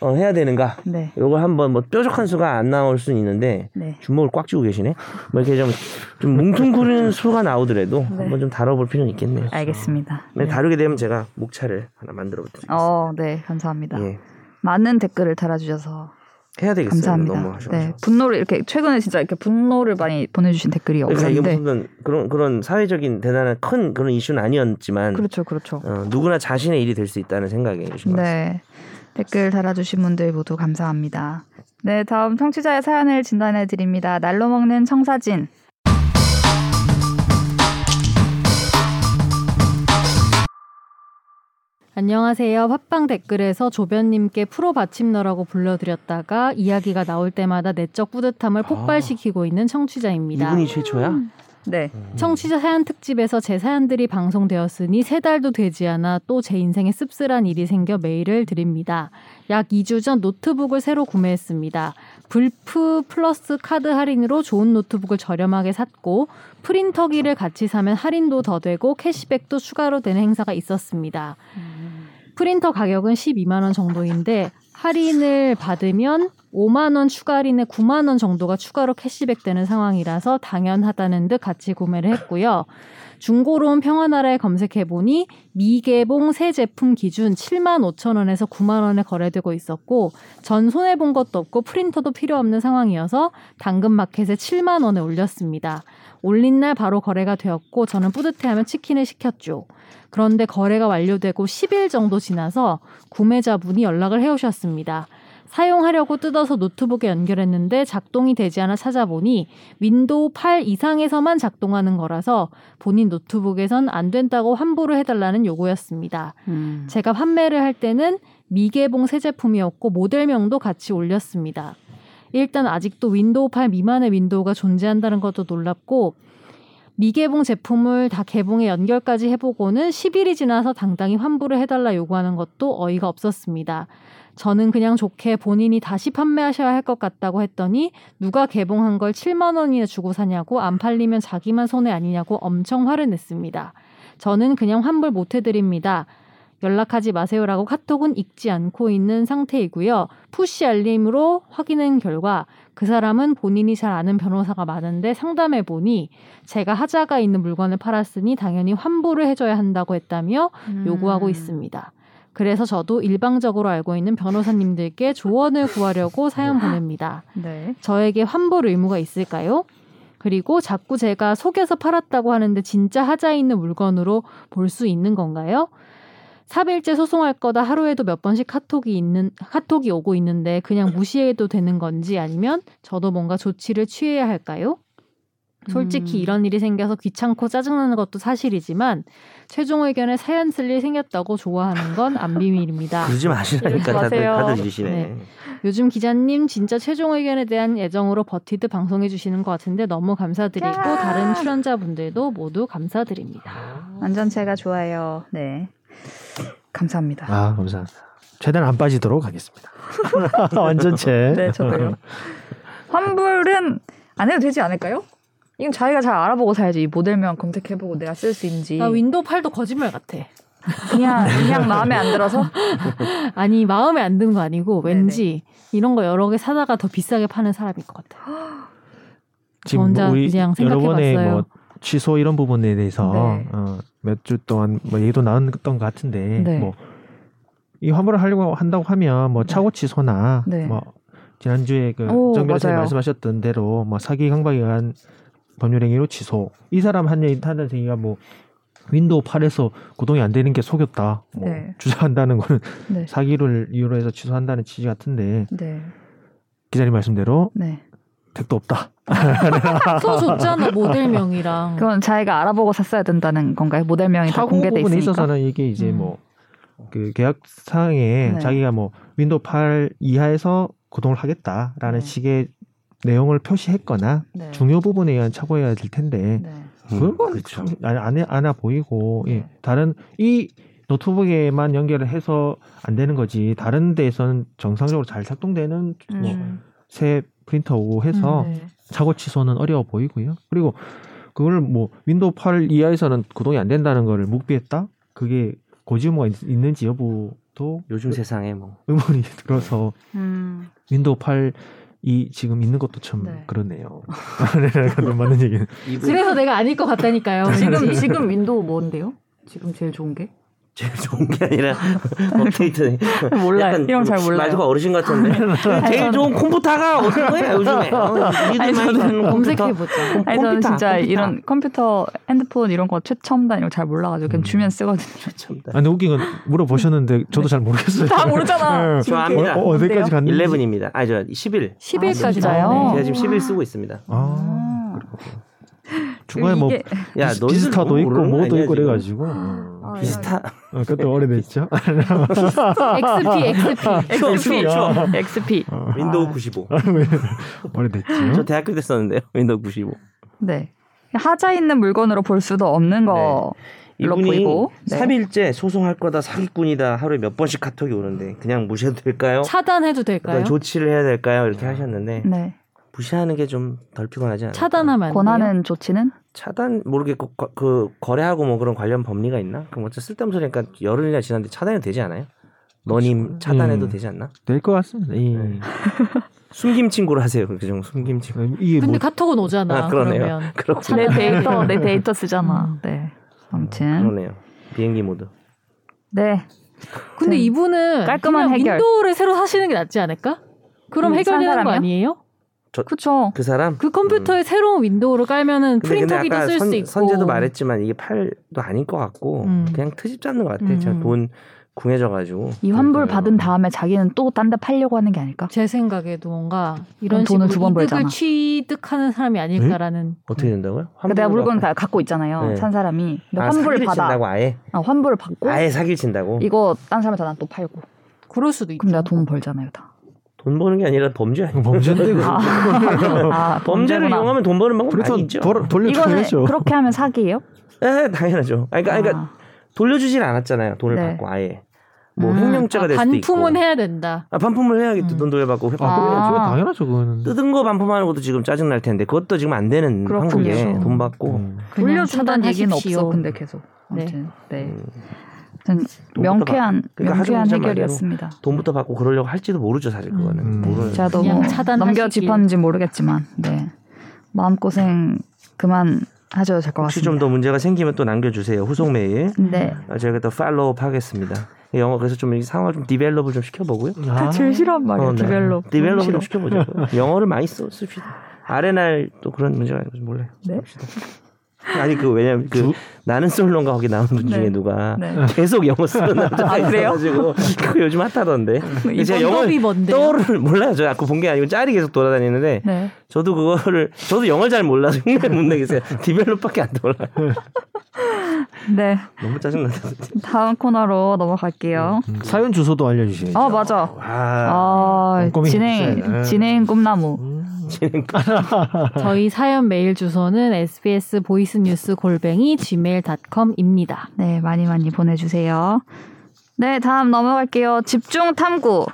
어, 해야 되는가? 네. 요걸 한번 뭐 뾰족한 수가 안 나올 수는 있는데 네. 주먹을 꽉 쥐고 계시네. 뭐 이렇게 좀, 좀 뭉퉁구리는 수가 나오더라도 네. 한번 좀 다뤄볼 필요는 있겠네요. 알겠습니다. 네, 다루게 되면 제가 목차를 하나 만들어 드릴게요. 어, 네, 감사합니다. 예. 많은 댓글을 달아주셔서 해야 되겠어요. 감사합니다. 너무 하셔서. 네, 분노를 이렇게 최근에 진짜 이렇게 분노를 많이 보내주신 댓글이 그러니까 이게 없었는데, 무슨 그런 그런 사회적인 대단한 큰 그런 이슈는 아니었지만 그렇죠, 그렇죠. 어, 누구나 자신의 일이 될 수 있다는 생각이 신 네. 네, 댓글 달아주신 분들 모두 감사합니다. 네, 다음 청취자의 사연을 진단해 드립니다. 날로 먹는 청사진. 안녕하세요. 팟빵 댓글에서 조변님께 프로 받침너라고 불러드렸다가 이야기가 나올 때마다 내적 뿌듯함을 폭발시키고 있는 청취자입니다. 아. 이분이 최초야? 네, 음. 청취자 사연 특집에서 제 사연들이 방송되었으니 세 달도 되지 않아 또 제 인생에 씁쓸한 일이 생겨 메일을 드립니다. 약 2주 전 노트북을 새로 구매했습니다. 불프 플러스 카드 할인으로 좋은 노트북을 저렴하게 샀고 프린터기를 같이 사면 할인도 더 되고 캐시백도 추가로 되는 행사가 있었습니다. 프린터 가격은 12만 원 정도인데 할인을 받으면 5만 원 추가 할인에 9만 원 정도가 추가로 캐시백 되는 상황이라서 당연하다는 듯 같이 구매를 했고요. 중고로운 평화나라에 검색해 보니 미개봉 새 제품 기준 7만 5천 원에서 9만 원에 거래되고 있었고 전 손해 본 것도 없고 프린터도 필요 없는 상황이어서 당근마켓에 7만 원에 올렸습니다. 올린 날 바로 거래가 되었고 저는 뿌듯해하며 치킨을 시켰죠. 그런데 거래가 완료되고 10일 정도 지나서 구매자분이 연락을 해오셨습니다. 사용하려고 뜯어서 노트북에 연결했는데 작동이 되지 않아 찾아보니 윈도우 8 이상에서만 작동하는 거라서 본인 노트북에선 안 된다고 환불을 해달라는 요구였습니다. 음. 제가 판매를 할 때는 미개봉 새 제품이었고 모델명도 같이 올렸습니다. 일단 아직도 윈도우 8 미만의 윈도우가 존재한다는 것도 놀랍고 미개봉 제품을 다 개봉에 연결까지 해보고는 10일이 지나서 당당히 환불을 해달라 요구하는 것도 어이가 없었습니다. 저는 그냥 좋게 본인이 다시 판매하셔야 할 것 같다고 했더니 누가 개봉한 걸 7만 원이나 주고 사냐고 안 팔리면 자기만 손해 아니냐고 엄청 화를 냈습니다. 저는 그냥 환불 못 해드립니다. 연락하지 마세요라고 카톡은 읽지 않고 있는 상태이고요. 푸시 알림으로 확인한 결과 그 사람은 본인이 잘 아는 변호사가 많은데 상담해 보니 제가 하자가 있는 물건을 팔았으니 당연히 환불을 해줘야 한다고 했다며 음. 요구하고 있습니다. 그래서 저도 일방적으로 알고 있는 변호사님들께 조언을 구하려고 사연 보냅니다. 네, 저에게 환불 의무가 있을까요? 그리고 자꾸 제가 속에서 팔았다고 하는데 진짜 하자에 있는 물건으로 볼 수 있는 건가요? 3일째 소송할 거다 하루에도 몇 번씩 카톡이 있는 카톡이 오고 있는데 그냥 무시해도 되는 건지 아니면 저도 뭔가 조치를 취해야 할까요? 솔직히 음. 이런 일이 생겨서 귀찮고 짜증나는 것도 사실이지만 최종 의견에 사연 쓸 일 생겼다고 좋아하는 건 안 비밀입니다. 그러지 마시라니까 다들 마세요. 다들 주시네. 네. 요즘 기자님 진짜 최종 의견에 대한 애정으로 버티듯 방송해 주시는 것 같은데 너무 감사드리고 야! 다른 출연자분들도 모두 감사드립니다. 완전체가 좋아요. 네, 감사합니다. 아 감사합니다. 최대한 안 빠지도록 하겠습니다. 완전체. 네, 저도요. 환불은 안 해도 되지 않을까요? 이건 자기가 잘 알아보고 사야지. 이 모델명 검색해보고 내가 쓸 수 있는지. 나 아, 윈도우 8도 거짓말 같아. 그냥 그냥 마음에 안 들어서. 아니 마음에 안 드는 거 아니고 네네. 왠지 이런 거 여러 개 사다가 더 비싸게 파는 사람일 것 같아. 지금 혼자 우리 그냥 여러 번의 생각해봤어요. 뭐 취소 이런 부분에 대해서 네. 어, 몇 주 동안 뭐 얘기도 나왔던 것 같은데 네. 뭐 이 환불을 하려고 한다고 하면 네. 뭐 차고 취소나 네. 뭐 지난주에 오, 그정 변호사님 맞아요. 말씀하셨던 대로 뭐 사기 강박에 의한 법률행위로 취소 이 사람 한 얘기 하는 얘기가 뭐 윈도우 8에서 구동이 안 되는 게 속였다 뭐 네. 주장한다는 거는 네. 사기를 이유로 해서 취소한다는 취지 같은데 네. 기자님 말씀대로 네. 택도 없다 또 줬잖아 모델명이랑. 그건 자기가 알아보고 샀어야 된다는 건가요? 모델명이 다 사고 공개돼 부분에 있으니까. 있어서는 이게 이제 음. 뭐 그 계약상에 네. 자기가 뭐 윈도우 8 이하에서 구동을 네. 하겠다라는 식의 내용을 표시했거나 네. 중요 부분에 의한 착오해야 될 텐데 네. 그건 뭐 그렇죠. 안, 안, 해- 안아 보이고 예. 네. 다른 이 노트북에만 연결을 해서 안 되는 거지 다른 데에서는 정상적으로 잘 작동되는 뭐 음. 새 프린터 오고 어. 해서 네. 사고 취소는 어려워 보이고요. 그리고 그걸 뭐 윈도우 8 이하에서는 구동이 안 된다는 거를 묵비했다? 그게 고지의무가 있, 는지 여부에 것도 요즘 세상에 뭐 의문이 들어서 음. 윈도우 8이 지금 있는 것도 참 네. 그러네요. 약간 맞는 얘기는. 그래서 내가 아닐 것 같다니까요. 지금 왠지. 지금 윈도우 뭔데요? 지금 제일 좋은 게? 제일 좋은 게 아니라 업데이트 몰라요. 이런 잘 몰라요. 아, 말투가 어르신 같은데 제일 좋은 컴퓨터가 어떤 거야 요즘에 어, 아니, 니들 많이 저는 쓰는 컴퓨터 검색해보자. 아니 저는 컴퓨터, 진짜 컴퓨터. 이런 컴퓨터, 핸드폰 이런 거 최첨단 이런 거 잘 몰라가지고 그냥 음. 주면 쓰거든요. 아, 근데 웃긴 건 물어보셨는데 저도 잘 모르겠어요. 다 모르잖아. 네. 저 압니다. 어, 디까지 갔는지. 11입니다. 아니 저 11. 10일까지요. 진짜요? 제가 네, 지금 11 쓰고 있습니다. 아, 중간에 뭐 이게- 야, 비스, 너희들 비스타도 뭐 있고 모르는 거 뭐도 아니야, 있고 지금? 그래가지고 아, 비스타 어, 그것도 오래됐죠. XP 아, XP. XP, 야. XP. 어. 윈도우 95. 저 오래됐죠. 대학교 때 썼는데요. 윈도우 95. 네. 하자 있는 물건으로 볼 수도 없는 거로 이분이 보이고. 네. 3일째 소송할 거다 사기꾼이다 하루에 몇 번씩 카톡이 오는데 그냥 무시해도 될까요? 차단해도 될까요? 어떤 조치를 해야 될까요? 이렇게 하셨는데 네. 무시하는 게 좀 덜 피곤하지 않아요? 차단하면 안 돼요? 권하는 조치는 차단 모르겠고 거- 그 거래하고 뭐 그런 관련 법리가 있나? 그럼 뭐 어째 쓸데없는 소리니까 그러니까 열흘이나 지났는데 차단해도 되지 않아요? 너님 차단해도 음. 되지 않나? 될것 같습니다. 예. 이, 네. 숨김 친구로 하세요. 그중 숨김 친구. 이게 근데 뭐 카톡은 오잖아. 아, 그러네요. 그러면 그렇군요. 내 차단하는 데이터 거예요. 내 데이터 쓰잖아. 음. 네. 아무튼 그러네요. 비행기 모드. 네. 근데 이분은 깔끔한 그냥 해결. 윈도우를 새로 사시는 게 낫지 않을까? 그럼 음, 해결되는 산 거 사람이요? 아니에요? 그쵸. 그 사람. 그 컴퓨터에 새로운 윈도우를 깔면은 근데 근데 프린터기도 아까 쓸 수 선- 있고. 선재도 말했지만 이게 팔도 아닌 것 같고 음. 그냥 트집 잡는 것 같아. 음. 제가 돈 궁해져가지고. 이 환불 그러니까요. 받은 다음에 자기는 또 딴 데 팔려고 하는 게 아닐까? 제 생각에도 뭔가 이런 돈을 식으로 두번 이득을 벌잖아. 취득하는 사람이 아닐까라는 어떻게 된다고요? 그러니까 내가 환불을 물건 받고- 가- 갖고 있잖아요. 네. 산 사람이. 근데 아, 환불을 사기를 받아. 친다고 아예 아, 환불을 받고 아예 사기를 친다고. 이거 딴 사람한테 난또 팔고. 그럴 수도 있죠. 그럼 내가 돈 벌잖아요, 다. 돈 버는 게 아니라 범죄 아니에요. 범죄인데 그거. 아, 아, 어, 범죄를 범죄구나. 이용하면 돈 버는 방법 많이 있죠. 그래서 돌- 이거는 돌려줘야죠. 그렇게 하면 사기예요? 그렇죠. 예, 당연하죠. 아니, 그러니까, 그러니까 아, 돌려주질 않았잖아요. 돈을 네. 받고 아예 뭐 음, 횡령죄가 아, 될 수도 있고. 반품은 해야 된다. 아, 반품을 해야겠죠. 음. 돈 돌려받고 회- 아, 그거- 아. 그거 당연하죠. 그거는. 뜯은 거 반품하는 것도 지금 짜증 날 텐데 그것도 지금 안 되는 그렇군요. 한국에 돈 받고 음. 그냥 돌려준다는 얘기는 없어. 차단하십시오. 근데 계속. 네. 아무튼 네. 음, 아무튼 명쾌한 그러니까 명쾌한 하정우 기자 해결이었습니다. 돈부터 받고 그러려고 할지도 모르죠 사실 그거는 음. 네. 모르는. 제가 너무 그냥 차단하시길. 넘겨 짚었는지 모르겠지만 네. 마음 고생 그만 하셔도 될 것 혹시 좀 같습니다. 더 문제가 생기면 또 남겨주세요 후속 메일 네. 아, 저희가 또 팔로우 하겠습니다. 영어 그래서 좀이 상황을 좀 디벨롭을 좀 시켜보고요. 아, 제일 싫어한 그 말이야. 어, 네. 디벨롭. 디벨롭을 좀 시켜보죠. 영어를 많이 써 씁시다. 아레날 또 그런 문제가 아니고 몰라요. 네. 아니 그 왜냐면 그 주- 나는 솔로인가 거기 나온 분 중에 네. 누가 네. 계속 영어 쓰는 남자가 그래요? 있어가지고 그거 요즘 핫하던데. 근데 제가 법이 영어를 뭔데요? 떠오르는 몰라요. 저 아까 본 게 아니고 짤이 계속 돌아다니는데 네. 저도 그거를 저도 영어를 잘 몰라서 흉내 못 내겠어요. 디벨롭밖에 안 떠올라요. 네. 너무 짜증나서. 다음 코너로 넘어갈게요. 음. 사연 주소도 음. 알려주시죠. 아 맞아. 와 아 꼼꼼히 해주셔야 진행 돼. 진행 꿈나무. 저희 사연 메일 주소는 sbs 보이스뉴스 골뱅이 gmail.com입니다. 네 많이 많이 보내주세요. 네 다음 넘어갈게요. 집중 탐구.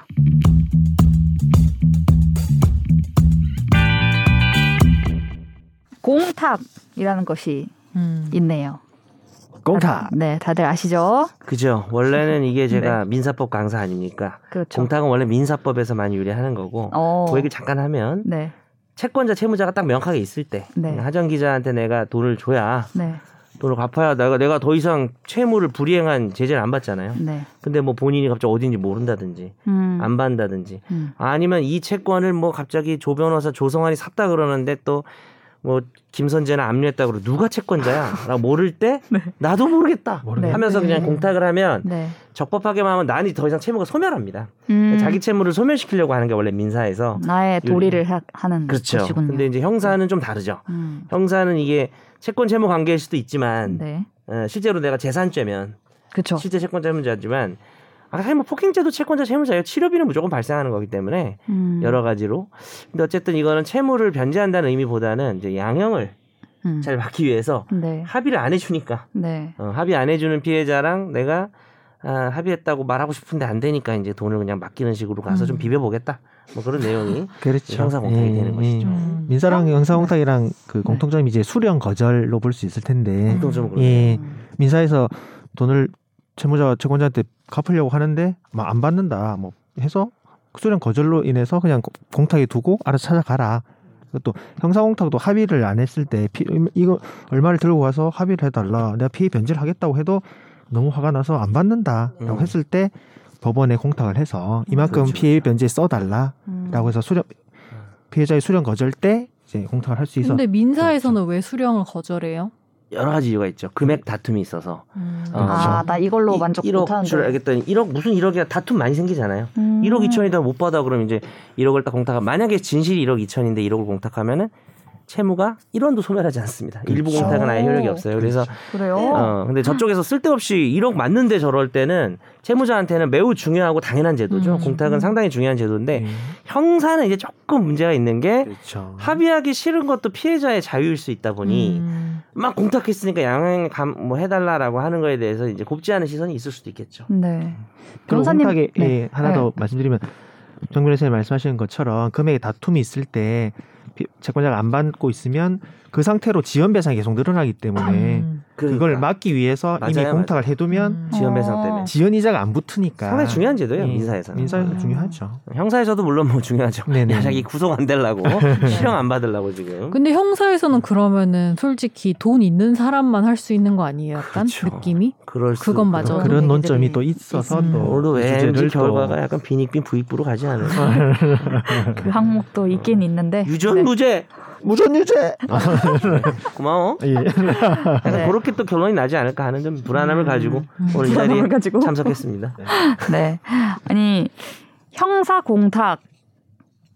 공탑이라는 것이 음. 있네요. 공타. 네 다들 아시죠? 그죠. 원래는 이게 제가 민사법 강사 아닙니까? 그렇죠. 정탁은 원래 민사법에서 많이 유리하는 거고 어. 그 얘기를 잠깐 하면 네. 채권자 채무자가 딱 명확하게 있을 때 음, 네. 하정 기자한테 내가 돈을 줘야 네. 돈을 갚아야 내가 내가 더 이상 채무를 불이행한 제재를 안 받잖아요. 네. 근데 뭐 본인이 갑자기 어딘지 모른다든지 음. 안 받는다든지 음. 아니면 이 채권을 뭐 갑자기 조 변호사 조성환이 샀다 그러는데 또 뭐 김선재는 압류했다 그러고 누가 채권자야라고 모를 때 나도 모르겠다 모르겠다. 하면서 그냥 네. 공탁을 하면 네. 적법하게만 하면 난이 더 이상 채무가 소멸합니다. 음. 자기 채무를 소멸시키려고 하는 게 원래 민사에서 나의 도리를 하, 하는 그렇죠. 것이군요. 근데 이제 형사는 좀 다르죠. 음. 형사는 이게 채권 채무 관계일 수도 있지만 네. 어, 실제로 내가 재산죄면 그렇죠. 실제 채권자 채무자지만 아, 사실 뭐 폭행죄도 채권자 채무자예요. 치료비는 무조건 발생하는 거기 때문에 음. 여러 가지로. 근데 어쨌든 이거는 채무를 변제한다는 의미보다는 이제 양형을 음. 잘 받기 위해서 네. 합의를 안 해주니까 네. 어, 합의 안 해주는 피해자랑 내가 아, 합의했다고 말하고 싶은데 안 되니까 이제 돈을 그냥 맡기는 식으로 가서 좀 음. 비벼보겠다. 뭐 그런 내용이 그렇죠. 형사 공탁이 예, 되는 것이죠. 음. 어. 민사랑 형사 공탁이랑 네. 그 음. 공통점이 이제 수령 거절로 볼 수 있을 텐데 공통점은 그렇죠. 예 민사에서 돈을 채무자가 채권자한테 갚으려고 하는데 막 안 받는다 뭐 해서 수령 거절로 인해서 그냥 고- 공탁에 두고 알아서 찾아가라. 또 형사 공탁도 합의를 안 했을 때 피, 이거 얼마를 들고 와서 합의를 해달라. 내가 피해 변제를 하겠다고 해도 너무 화가 나서 안 받는다라고 음. 했을 때 법원에 공탁을 해서 이만큼 그렇죠. 피해 변제 써달라. 음. 라고 해서 수령 피해자의 수령 거절 때 이제 공탁을 할 수 있어. 근데 민사에서는 그렇죠. 왜 수령을 거절해요? 여러 가지 이유가 있죠. 금액 다툼이 있어서 어, 아, 그렇죠. 나 이걸로 이- 만족 1억 못하는데. 줄 알겠더니 1억 무슨 1억이야 다툼 많이 생기잖아요. 음. 1억 2천이다 못 받아 그러면 이제 1억을 딱 공탁하 만약에 진실이 1억 2천인데 1억을 공탁하면은 채무가 1원도 소멸하지 않습니다. 일부 그렇죠. 공탁은 아예 효력이 없어요. 그래서 그래요? 어, 근데 저쪽에서 쓸데없이 1억 맞는데 저럴 때는 채무자한테는 매우 중요하고 당연한 제도죠. 음. 공탁은 상당히 중요한 제도인데 네. 형사는 이제 조금 문제가 있는 게 그렇죠. 음. 합의하기 싫은 것도 피해자의 자유일 수 있다 보니 음. 막 공탁했으니까 양형 감 뭐 해달라라고 하는 거에 대해서 이제 곱지 않은 시선이 있을 수도 있겠죠. 네. 음, 그리고 변호사님- 공탁에 네. 예, 하나 더 말씀드리면 정 변호사님 말씀하신 것처럼 금액의 다툼이 있을 때 피- 채권자가 안 받고 있으면 그 상태로 지연 배상이 계속 늘어나기 때문에 음. 그걸 그러니까 막기 위해서 이미 맞아요, 공탁을 해두면 음. 지연 배상 어. 때문에 지연 이자가 안 붙으니까 상당히 중요한 제도예요 예, 민사에서는. 민사에서 음. 중요하죠. 형사에서도 물론 뭐 중요하죠. 네네. 야, 자기 구속 안 되려고 실형 안 받으려고 지금. 근데 형사에서는 그러면은 솔직히 돈 있는 사람만 할 수 있는 거 아니에요? 약간 그렇죠. 느낌이? 그럴 수 그건 있고. 맞아. 저도 그런 얘기들이 논점이 또 있어서 있습니다. 또 오늘도 왠지 주제를 또 결과가 약간 비닉빈 부익부로 가지 않을까. 그 항목도 있긴 있는데. 네. 어. 유전무죄 무전유죄. 고마워. 예. 약간 네. 그렇게 또 결론이 나지 않을까 하는 좀 불안함을 가지고 오늘 이 자리에 불안함을 가지고. 참석했습니다. 네. 아니 형사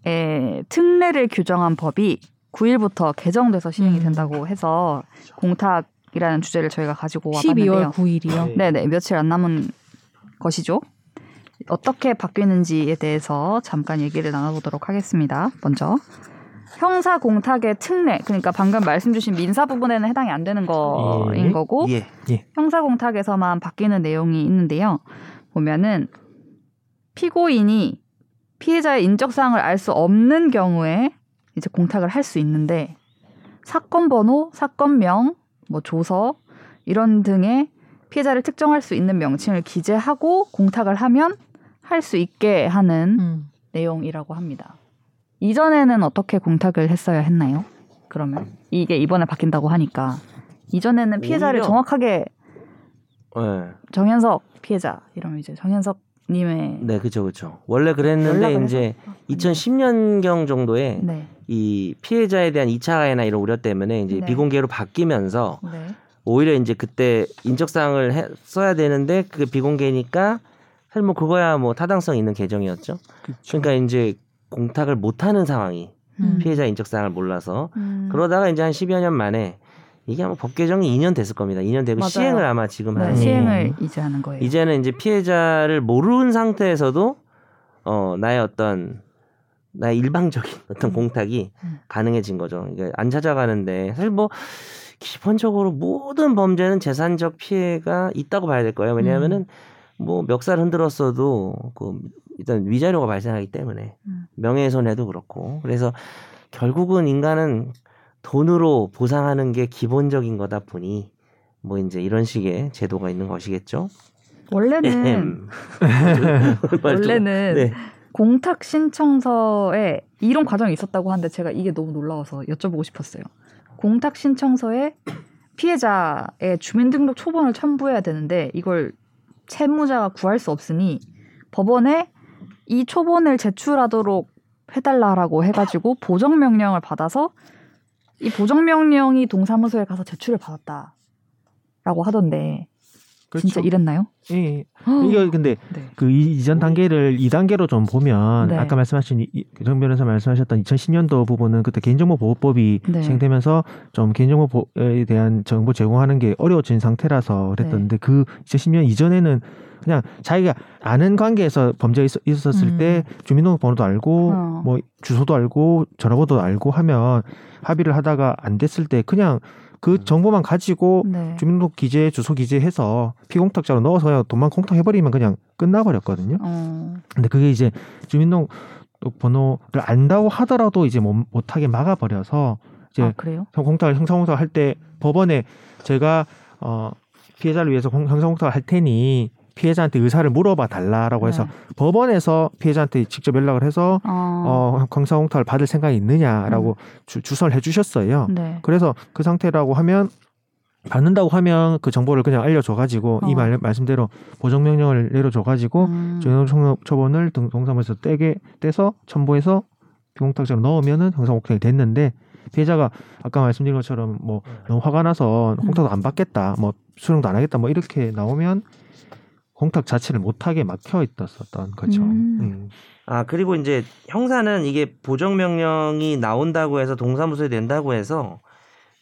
공탁의 특례를 규정한 법이 9일부터 개정돼서 시행이 음. 된다고 해서 공탁이라는 주제를 저희가 가지고 12월 와봤는데요. 9일이요. 네, 네. 며칠 안 남은 것이죠. 어떻게 바뀌는지에 대해서 잠깐 얘기를 나눠보도록 하겠습니다. 먼저 형사 공탁의 특례, 그러니까 방금 말씀 주신 민사 부분에는 해당이 안 되는 거인 어, 예. 거고 예. 형사공탁에서만 바뀌는 내용이 있는데요. 보면은 피고인이 피해자의 인적사항을 알 수 없는 경우에 이제 공탁을 할 수 있는데 사건 번호, 사건명, 뭐 조서 이런 등의 피해자를 특정할 수 있는 명칭을 기재하고 공탁을 하면 할 수 있게 하는 음. 내용이라고 합니다. 이전에는 어떻게 공탁을 했어야 했나요? 그러면 이게 이번에 바뀐다고 하니까 이전에는 피해자를 오히려- 정확하게 예. 정현석 피해자 이러면 이제 정현석 님의 네, 그렇죠, 그렇죠. 원래 연락을 그랬는데 이제 2010년 경 정도에 네. 이 피해자에 대한 2차 가해나 이런 우려 때문에 이제 네. 비공개로 바뀌면서 네. 오히려 이제 그때 인적사항을 해- 써야 되는데 그게 비공개니까 사실 뭐 그거야 뭐 타당성 있는 개정이었죠. 그러니까 이제 공탁을 못하는 상황이 음. 피해자 인적사항을 몰라서 그러다가 이제 한 10여 년 만에 이게 아마 법 개정이 2년 됐을 겁니다. 2년 되고 맞아요. 시행을 아마 지금 네, 한 시행을 이제 하는 거예요. 이제는 이제 피해자를 모르는 상태에서도 어 나의 어떤 나의 일방적인 어떤 공탁이 음. 가능해진 거죠. 이게 안 찾아가는데 사실 뭐 기본적으로 모든 범죄는 재산적 피해가 있다고 봐야 될 거예요. 왜냐하면은 음. 뭐 멱살 흔들었어도 그 일단 위자료가 발생하기 때문에 음. 명예훼손해도 그렇고 그래서 결국은 인간은 돈으로 보상하는 게 기본적인 거다 보니 뭐 이제 이런 식의 제도가 있는 것이겠죠. 원래는 에헴. 원래는 원래는 네. 공탁 신청서에 이런 과정이 있었다고 하는데 제가 이게 너무 놀라워서 여쭤보고 싶었어요. 공탁 신청서에 피해자의 주민등록 초본을 첨부해야 되는데 이걸 채무자가 구할 수 없으니 법원에 이 초본을 제출하도록 해달라라고 해가지고 보정 명령을 받아서 이 보정 명령이 동사무소에 가서 제출을 받았다라고 하던데 진짜 이랬나요? 예, 예. 이게 근데 네. 그 이- 이전 단계를 2단계로 좀 보면 네. 아까 말씀하신 이- 이- 정 변호사 말씀하셨던 2010년도 부분은 그때 개인정보 보호법이 네. 시행되면서 좀 개인정보에 대한 정보 제공하는 게 어려워진 상태라서 네. 그랬던데 그 2010년 이전에는 그냥 자기가 아는 관계에서 범죄가 있, 있었을 음. 때 주민등록번호도 알고 어. 뭐 주소도 알고 전화번호도 알고 하면 합의를 하다가 안 됐을 때 그냥 그 정보만 가지고 네. 주민등록 기재 주소 기재해서 피공탁자로 넣어서 그냥 돈만 공탁해버리면 그냥 끝나버렸거든요. 어, 근데 그게 이제 주민등록 번호를 안다고 하더라도 이제 못, 못하게 막아버려서 이제 아 그래요? 형- 공탁을 형사공탁 을 할 때 법원에 제가 어 피해자를 위해서 공- 형사공탁을 할 테니 피해자한테 의사를 물어봐 달라라고 해서 법원에서 피해자한테 직접 연락을 해서 네. 어, 어, 강사홍탈 받을 생각이 있느냐라고 주, 주선을 해주셨어요. 네. 그래서 그 상태라고 하면 받는다고 하면 그 정보를 그냥 알려줘가지고 이 어. 말, 말씀대로 보정명령을 내려줘가지고 음. 전형처분을 등- 동사무소에서 떼게 떼서 첨부해서 비공탁자로 넣으면은 형사목탁이 됐는데 피해자가 아까 말씀드린 것처럼 네. 뭐 너무 화가 음. 나서 공탁도 안 받겠다 뭐 수령도 안 하겠다 뭐 이렇게 나오면 공탁 자체를 못하게 막혀 있었던 거죠. 음. 음. 아 그리고 이제 형사는 이게 보정 명령이 나온다고 해서 동사무소에 낸다고 해서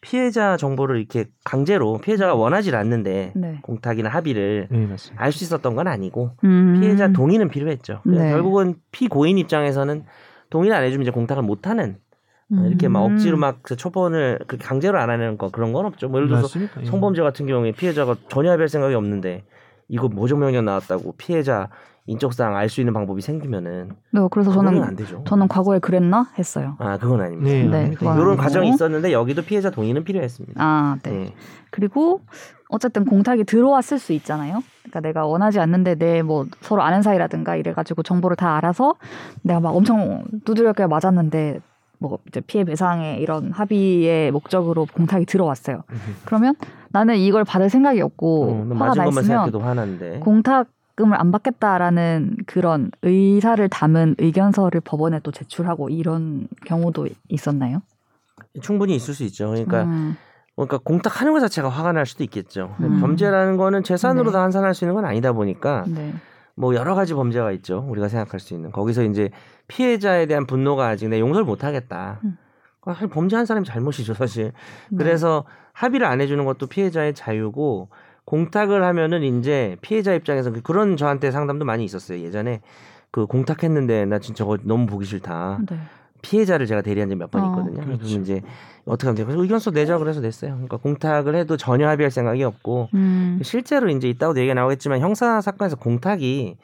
피해자 정보를 이렇게 강제로 피해자가 원하지 않는데 네. 공탁이나 합의를 네 맞습니다. 알 수 있었던 건 아니고 음. 피해자 동의는 필요했죠. 그래서 네. 결국은 피고인 입장에서는 동의를 안 해주면 이제 공탁을 못하는 어, 이렇게 막 음. 억지로 막그 초본을 그 강제로 안 하는 거 그런 건 없죠. 뭐 예를 들어서 맞습니다. 예. 성범죄 같은 경우에 피해자가 전혀 할 생각이 없는데 이거 모종명령 나왔다고 피해자 인적사항 알 수 있는 방법이 생기면은 네, 그래서 그거는 안 저는 되죠. 저는 과거에 그랬나 했어요. 아 그건 아닙니다. 네, 네, 아닙니다. 그건 이런 아니고. 과정이 있었는데 여기도 피해자 동의는 필요했습니다. 아, 네. 네. 그리고 어쨌든 공탁이 들어왔을 수 있잖아요. 그러니까 내가 원하지 않는데 내 뭐 서로 아는 사이라든가 이래가지고 정보를 다 알아서 내가 막 엄청 두드려게 맞았는데 뭐 이제 피해 배상의 이런 합의의 목적으로 공탁이 들어왔어요. 그러면 나는 이걸 받을 생각이 없고 음. 어, 너뭐 화가 맞은 나 있으면 것만 생각해도 화나는데. 공탁금을 안 받겠다라는 그런 의사를 담은 의견서를 법원에 또 제출하고 이런 경우도 있었나요? 충분히 있을 수 있죠. 그러니까 음, 그러니까 공탁하는 것 자체가 화가 날 수도 있겠죠. 근데 음. 범죄라는 거는 재산으로 네. 다 환산할 수 있는 건 아니다 보니까 네. 뭐 여러 가지 범죄가 있죠. 우리가 생각할 수 있는 거기서 이제 피해자에 대한 분노가 아직 내 용서를 못하겠다. 음. 네. 아, 사실 범죄한 사람이 잘못이죠 사실. 그래서 합의를 안 해주는 것도 피해자의 자유고 공탁을 하면은 이제 피해자 입장에서 그- 그런 저한테 상담도 많이 있었어요 예전에 그 공탁했는데 나 진짜 저거 너무 보기 싫다. 네. 피해자를 제가 대리한 적이 몇 번 어. 있거든요. 그래서 그렇죠. 이제 어떻게 하면 돼요? 그래서 의견서 내자 그래서 냈어요. 그러니까 공탁을 해도 전혀 합의할 생각이 없고 음, 실제로 이제 있다고 얘기가 나오겠지만 형사 사건에서 공탁이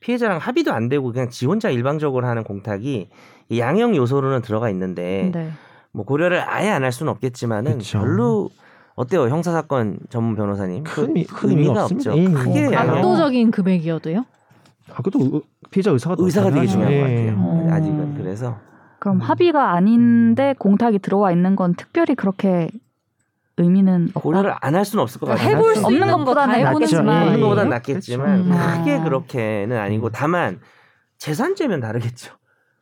피해자랑 합의도 안 되고 그냥 지 혼자 일방적으로 하는 공탁이 이 양형 요소로는 들어가 있는데 네. 뭐 고려를 아예 안 할 수는 없겠지만은 그쵸. 별로 어때요 형사 사건 전문 변호사님 큰 그 미- 큰 의미가 없죠. 없습니다. 예, 크게 예. 양형 압도적인 금액이어도요. 아, 그것도 의- 피해자 의사가 더 의사가 되게 중요하죠. 중요한 것 예. 같아요. 어. 음. 아직은 그래서 그럼 음. 합의가 아닌데 공탁이 들어와 있는 건 특별히 그렇게 의미는 없다. 고려를 안 할 그러니까 수는 없을 것 같아요. 어. 그러니까 해볼 수 없는 있는 거 것보다 다 해보는 낫죠. 지만 없는 예. 것보다 그렇죠. 낫겠지만 음. 크게 아. 그렇게는 아니고 음. 다만 재산죄면 다르겠죠.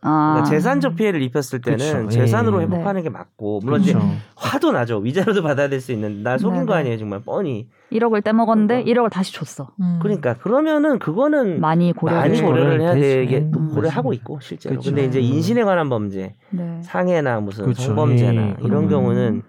아, 그러니까 재산적 피해를 입혔을 때는 그쵸. 재산으로 네. 예. 회복하는 게 맞고 물론 그쵸. 이제 그렇죠. 화도 나죠. 위자료도 받아야 될 수 있는데 날 속인 네네. 거 아니에요 정말 뻔히. 음. 1억을 떼먹었는데 그러니까. 1억을 다시 줬어. 음. 그러니까 그러면은 그거는 많이 고려를. 많이 고려를 해야 고려를 되게 되지. 또 음. 고려하고 있고 실제로. 그쵸. 근데 이제 음. 인신에 관한 범죄, 네. 상해나 무슨 그쵸. 성범죄나 예, 이런 그러면. 음. 경우는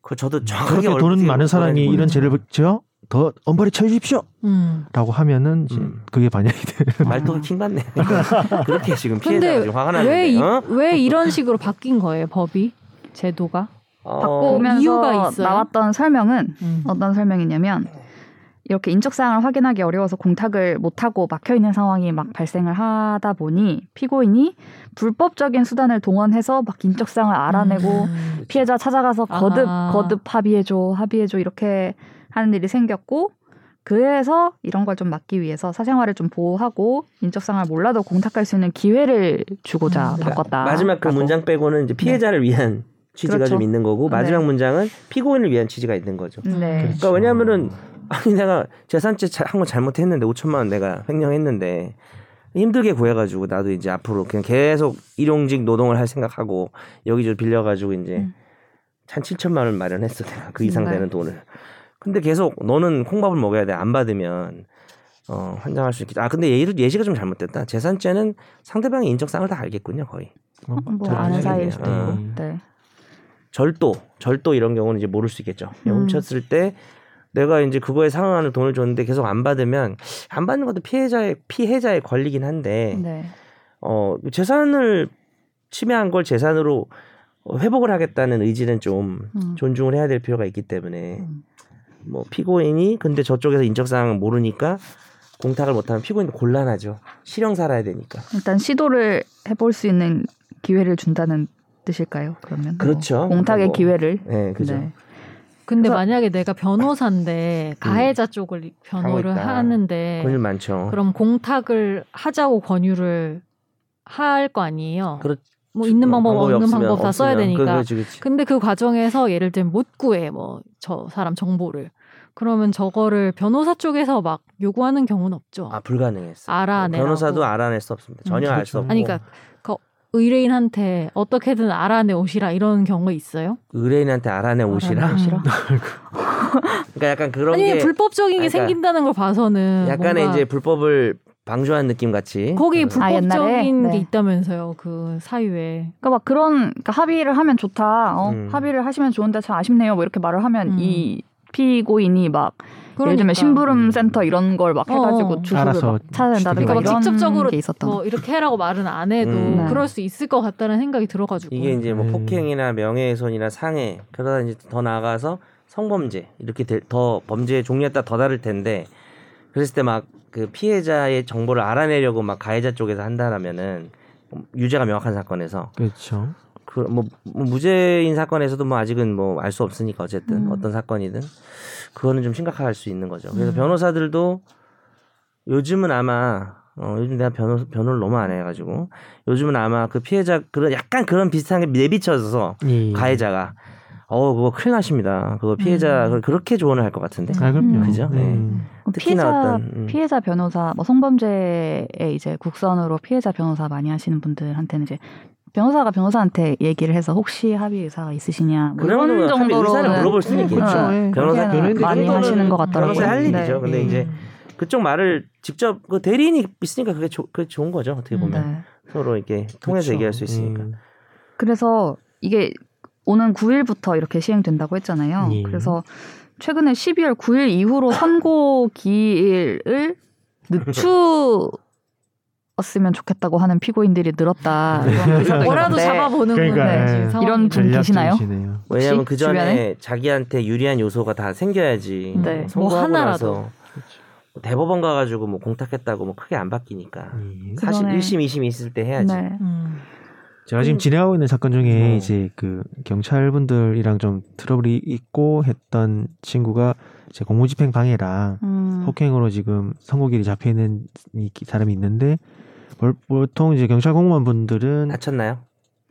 그 저도 정확하게 그렇게 돈은 얼핏 많은 사람이 모르겠는데. 이런 죄를 지어 더 엄벌이 쳐주십시오. 음. 라고 하면은 이제 음. 그게 반영이 되는 말도 킹 받네. 그렇게 지금 피해자가 근데 지금 화가 나는데. 왜, 이, 어? 왜 이런 식으로 바뀐 거예요 법이 제도가? 어, 바꾸면서 이유가 있어요? 나왔던 설명은 음. 어떤 설명이냐면 이렇게 인적 사항을 확인하기 어려워서 공탁을 못 하고 막혀 있는 상황이 막 발생을 하다 보니 피고인이 불법적인 수단을 동원해서 막 인적 사항을 알아내고 음. 피해자 찾아가서 거듭 아. 거듭 합의해줘 합의해줘 이렇게 하는 일이 생겼고 그래서 이런 걸 좀 막기 위해서 사생활을 좀 보호하고 인적상을 몰라도 공탁할 수 있는 기회를 주고자 음. 바꿨다. 마지막 그 라고. 문장 빼고는 이제 피해자를 네. 위한 취지가 그렇죠. 좀 있는 거고 마지막 네. 문장은 피고인을 위한 취지가 있는 거죠. 음. 음. 네. 그러니까 왜냐하면은 아니 내가 재산죄 한거 잘못했는데 5천만 원 내가 횡령했는데 힘들게 구해가지고 나도 이제 앞으로 그냥 계속 일용직 노동을 할 생각하고 여기저기 빌려가지고 이제 음. 한 7천만 원 마련했어 내가 그 이상 네. 되는 돈을. 근데 계속 너는 콩밥을 먹어야 돼 안 받으면 어 환장할 수 있겠다. 아 근데 예를 예시가 좀 잘못됐다. 재산죄는 상대방의 인적사항을 다 알겠군요 거의. 뭐 잘 아는 사이일 모르겠네요. 수도 어. 예. 있고. 네. 절도, 절도 이런 경우는 이제 모를 수 있겠죠. 음. 훔쳤을 때 내가 이제 그거에 상응하는 돈을 줬는데 계속 안 받으면 안 받는 것도 피해자의 피해자의 권리긴 한데 네. 어 재산을 침해한 걸 재산으로 어, 회복을 하겠다는 의지는 좀 음. 존중을 해야 될 필요가 있기 때문에 음. 뭐 피고인이 근데 저쪽에서 인적사항을 모르니까 공탁을 못하면 피고인도 곤란하죠. 실형 살아야 되니까. 일단 시도를 해볼 수 있는 기회를 준다는 뜻일까요? 그러면 뭐 그렇죠. 공탁의 뭐, 기회를. 네, 그죠. 네. 근데 그래서- 만약에 내가 변호사인데 가해자 쪽을 변호를 하고 있다. 하는데 권유 많죠. 그럼 공탁을 하자고 권유를 할 거 아니에요. 그렇- 뭐 있는 방법 방법이 없는 없으면- 방법 다 써야 없으면. 되니까. 그, 그렇지, 그렇지. 근데 그 과정에서 예를 들면 못 구해 뭐 저 사람 정보를 그러면 저거를 변호사 쪽에서 막 요구하는 경우는 없죠. 아 불가능했어. 알아내라고. 변호사도 알아낼 수 없습니다. 전혀 음, 알 수 그렇죠. 없고. 아니 그러니까 그 의뢰인한테 어떻게든 알아내 오시라 이런 경우 있어요? 의뢰인한테 알아내 오시라. 알아내 오시라? 그러니까 약간 그런 아니 게 불법적인 게 그러니까 생긴다는 걸 봐서는 약간의 뭔가 이제 불법을 방조한 느낌 같이. 거기 음. 아, 옛날에? 불법적인 게 네. 있다면서요 그 사유에 그러니까 막 그런 그러니까 합의를 하면 좋다. 어, 음. 합의를 하시면 좋은데 참 아쉽네요. 뭐 이렇게 말을 하면 음. 이 피고인이 막 예를 그러니까 들면 음. 심부름 센터 이런 걸 막 해가지고 어어. 주소를 알아서 막 찾아낸다든가 그러니까 이런 막뭐 직접적으로 게 있었던. 뭐 이렇게 해라고 말은 안 해도 음. 네. 그럴 수 있을 것 같다는 생각이 들어가지고 이게 이제 뭐 음. 폭행이나 명예훼손이나 상해 그러다 이제 더 나아가서 성범죄 이렇게 될- 더 범죄의 종류에 따라 더 다를 텐데 그랬을 때 막 그 피해자의 정보를 알아내려고 막 가해자 쪽에서 한다라면은 유죄가 명확한 사건에서 그렇죠. 그 뭐 무죄인 사건에서도 뭐 아직은 뭐 알 수 없으니까 어쨌든 음. 어떤 사건이든 그거는 좀 심각할 수 있는 거죠. 그래서 음. 변호사들도 변호사들도 요즘은 아마 어 요즘 내가 변호 변호를 너무 안 해가지고 요즘은 아마 그 피해자 그런 약간 그런 비슷한 게 내비쳐져서 예. 가해자가 어 그거 큰일 나십니다. 그거 피해자 음. 그렇게 조언을 할 것 같은데 아 그럼요. 음. 그죠? 네. 음. 그럼 특히나 피해자 어떤 음. 피해자 변호사 뭐 성범죄에 이제 국선으로 피해자 변호사 많이 하시는 분들한테는 이제 변호사가 변호사한테 얘기를 해서 혹시 합의 의사가 있으시냐 뭐 그런 이런 거는 합의 의사를 정도로는 물어볼 수는 있겠죠. 그렇죠. 예. 변호사 그렇게는 변호인들 많이 정도는 하시는 것 같더라고요. 변호사 할 네. 일이죠. 근데 음. 이제 그쪽 말을 직접 그 대리인이 있으니까 그게 조, 그게 좋은 거죠. 어떻게 보면 네. 서로 이렇게 통해서 그렇죠. 얘기할 수 있으니까. 음. 그래서 이게 오는 9일부터 이렇게 시행된다고 했잖아요. 예. 그래서 최근에 12월 9일 이후로 선고 기일을 늦추었으면 좋겠다고 하는 피고인들이 늘었다. 네. 이런 그 기사도 뭐라도 있는데 잡아보는 그러니까, 거네 네. 지금 상황이. 이런 분 전략 계시나요? 중이시네요. 왜냐하면 그 주변에? 전에 자기한테 유리한 요소가 다 생겨야지 네. 그렇죠. 선고하고 뭐 하나라도. 나서 대법원 가가지고 뭐 공탁했다고 뭐 크게 안 바뀌니까 예. 사실 음. 그러네. 1심 2심 있을 때 해야지 네. 음. 제가 지금 진행하고 있는 사건 중에 어. 이제 그 경찰분들이랑 좀 트러블이 있고 했던 친구가 이제 공무집행 방해랑 음. 폭행으로 지금 선고길이 잡혀 있는 이 기- 사람이 있는데 볼- 보통 이제 경찰 공무원분들은 다쳤나요?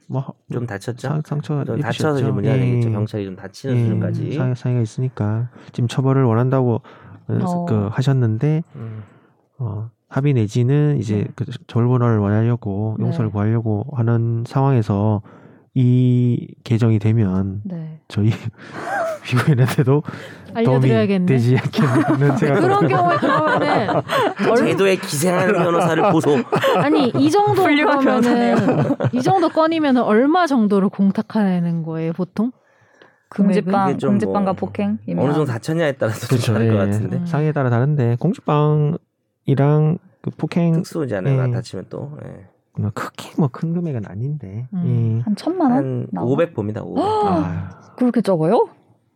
뭐 좀 다쳤죠? 상, 상처가 좀 입히셨죠. 다쳐서 이제 문제가 예. 되겠죠 경찰이 좀 다치는 예, 수준까지 사- 사이가 있으니까 지금 처벌을 원한다고 어, 어. 그 하셨는데 음. 어, 합의 내지는 네. 이제 그 절본화를 원하려고 네. 용서를 구하려고 하는 상황에서 이 개정이 되면 네. 저희 피고인한테도 도움이 알려드려야겠네. 되지 않겠는 생각. 그런 경우에 그러면은 네. 제도에 기생하는 변호사를 보소 아니 이 정도 훌륭한 그러면은 이 정도 건이면은 얼마 정도를 공탁하는 거예요 보통? 공지방, 이게 좀 공지방과 뭐 폭행이면 어느 정도 다쳤냐에 네. 따라서 좀 그렇죠. 다를 것 예. 같은데 음. 상에 따라 다른데 공지방이랑 그 폭행 특수지 않아요 예. 다치면 또 예. 뭐 크게 뭐 큰 금액은 아닌데. 음. 예. 한 천만 원? 한 나와? 500 봅니다 500 아니, 아, 그렇게 적어요?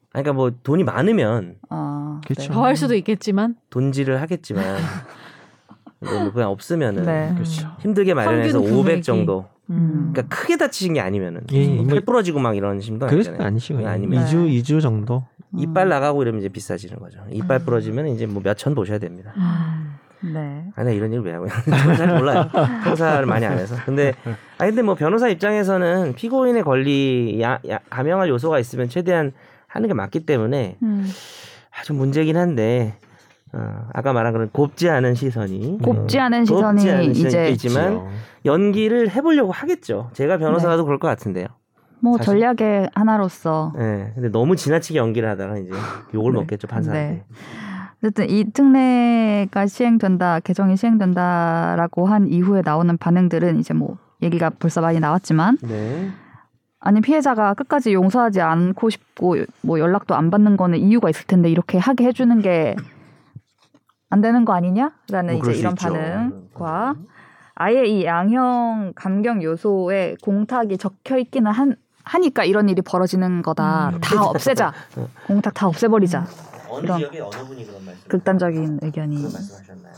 그러니까 뭐 돈이 많으면 아, 그렇죠. 더 할 수도 있겠지만 돈질을 하겠지만 이거 뭐 그냥 없으면은 음. 네. 그렇죠. 힘들게 마련해서 평균 500 금액이. 정도. 음. 그러니까 크게 다치신 게 아니면은 예, 뭐 팔 부러지고 막 이런 심도 그래서 음, 아니잖아요. 아니시고 그건 아니면 아닙니다. 2주 2주 정도. 음. 이빨 나가고 이러면 이제 비싸지는 거죠. 이빨 음. 부러지면 이제 뭐 몇 천 보셔야 됩니다. 음. 네. 아니 이런 일 왜 하고 저는 잘 몰라요. 형사를 많이 안 해서. 근데 아 근데 뭐 변호사 입장에서는 피고인의 권리 야, 야, 감형할 요소가 있으면 최대한 하는 게 맞기 때문에 음. 아, 좀 문제긴 한데 어, 아까 말한 그런 곱지 않은 시선이 곱지 어, 않은 시선이 곱지 않은 시선이 이제 있지만 연기를 해보려고 하겠죠. 제가 변호사라도 네. 그럴 것 같은데요. 뭐 사실- 전략의 하나로서 예. 근데 너무 지나치게 연기를 하다가 이제 욕을 네. 먹겠죠 판사한테. 어쨌든 이 특례가 시행된다, 개정이 시행된다라고 한 이후에 나오는 반응들은 이제 뭐 얘기가 벌써 많이 나왔지만 네. 아니 피해자가 끝까지 용서하지 않고 싶고 뭐 연락도 안 받는 거는 이유가 있을 텐데 이렇게 하게 해주는 게 안 되는 거 아니냐라는 뭐 그럴 이제 수 이런 있죠. 음. 반응과 아예 이 양형 감경 요소에 공탁이 적혀 있기는 한 하니까 이런 일이 벌어지는 거다. 음. 다 없애자. 공탁 다 없애버리자. 어느 그럼. 지역에 어느 분이 그런 말씀? 극단적인 의견이 음. 그런 말씀하셨나요?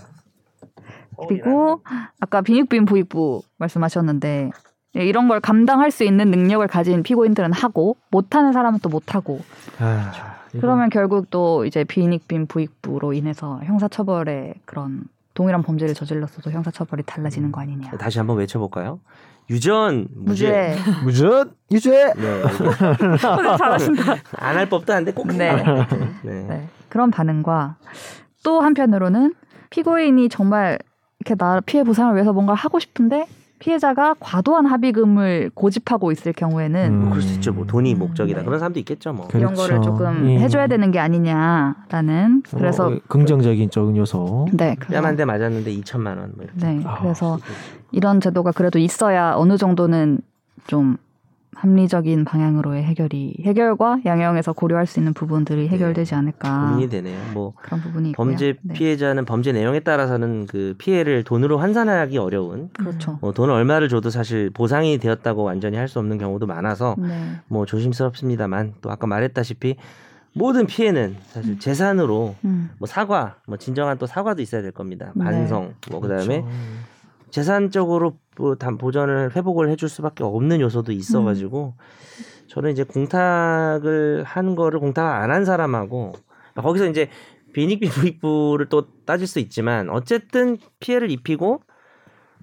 그리고 아까 빈익빈 부익부 말씀하셨는데 예, 이런 걸 감당할 수 있는 능력을 가진 피고인들은 하고 못하는 사람은 또 못하고 아, 그러면 결국 또 이제 비닉빈 부익부로 인해서 형사처벌의 그런 동일한 범죄를 저질렀어도 형사처벌이 달라지는 거 아니냐. 네, 음. 다시 한번 외쳐볼까요? 유전 무죄. 무죄. 무전 유죄. 네. 잘하신다. 안 할 법도 한데 꼭 네. 해요. 네. 네. 그런 반응과 또 한편으로는 피고인이 정말 이렇게 나 피해 보상을 위해서 뭔가 하고 싶은데 피해자가 과도한 합의금을 고집하고 있을 경우에는 음. 그럴 수 있죠. 뭐 돈이 음, 목적이다. 네. 그런 사람도 있겠죠. 뭐. 그- 이런 거를 그렇죠. 조금 예. 해줘야 되는 게 아니냐라는 그래서 어, 긍정적인 쪽 요소. 네 그래서 뺨한대 맞았는데 2천만 원. 뭐 이렇게. 네 아. 그래서 이런 제도가 그래도 있어야 어느 정도는 좀 합리적인 방향으로의 해결이 해결과 양형에서 고려할 수 있는 부분들이 해결되지 않을까 네. 고민이 되네요. 뭐 그런 부분이 있고요. 범죄 네, 피해자는 범죄 내용에 따라서는 그 피해를 돈으로 환산하기 어려운 그렇죠. 뭐 돈 얼마를 줘도 사실 보상이 되었다고 완전히 할 수 없는 경우도 많아서 네. 뭐 조심스럽습니다만 또 아까 말했다시피 모든 피해는 사실 재산으로 음. 뭐 사과, 뭐 진정한 또 사과도 있어야 될 겁니다. 네. 반성, 뭐 그다음에 그렇죠. 재산적으로 뭐 단- 보전을 회복을 해줄 수밖에 없는 요소도 있어가지고 음. 저는 이제 공탁을 한 거를 공탁 안 한 사람하고 거기서 이제 비닉비 부익부를 또 따질 수 있지만 어쨌든 피해를 입히고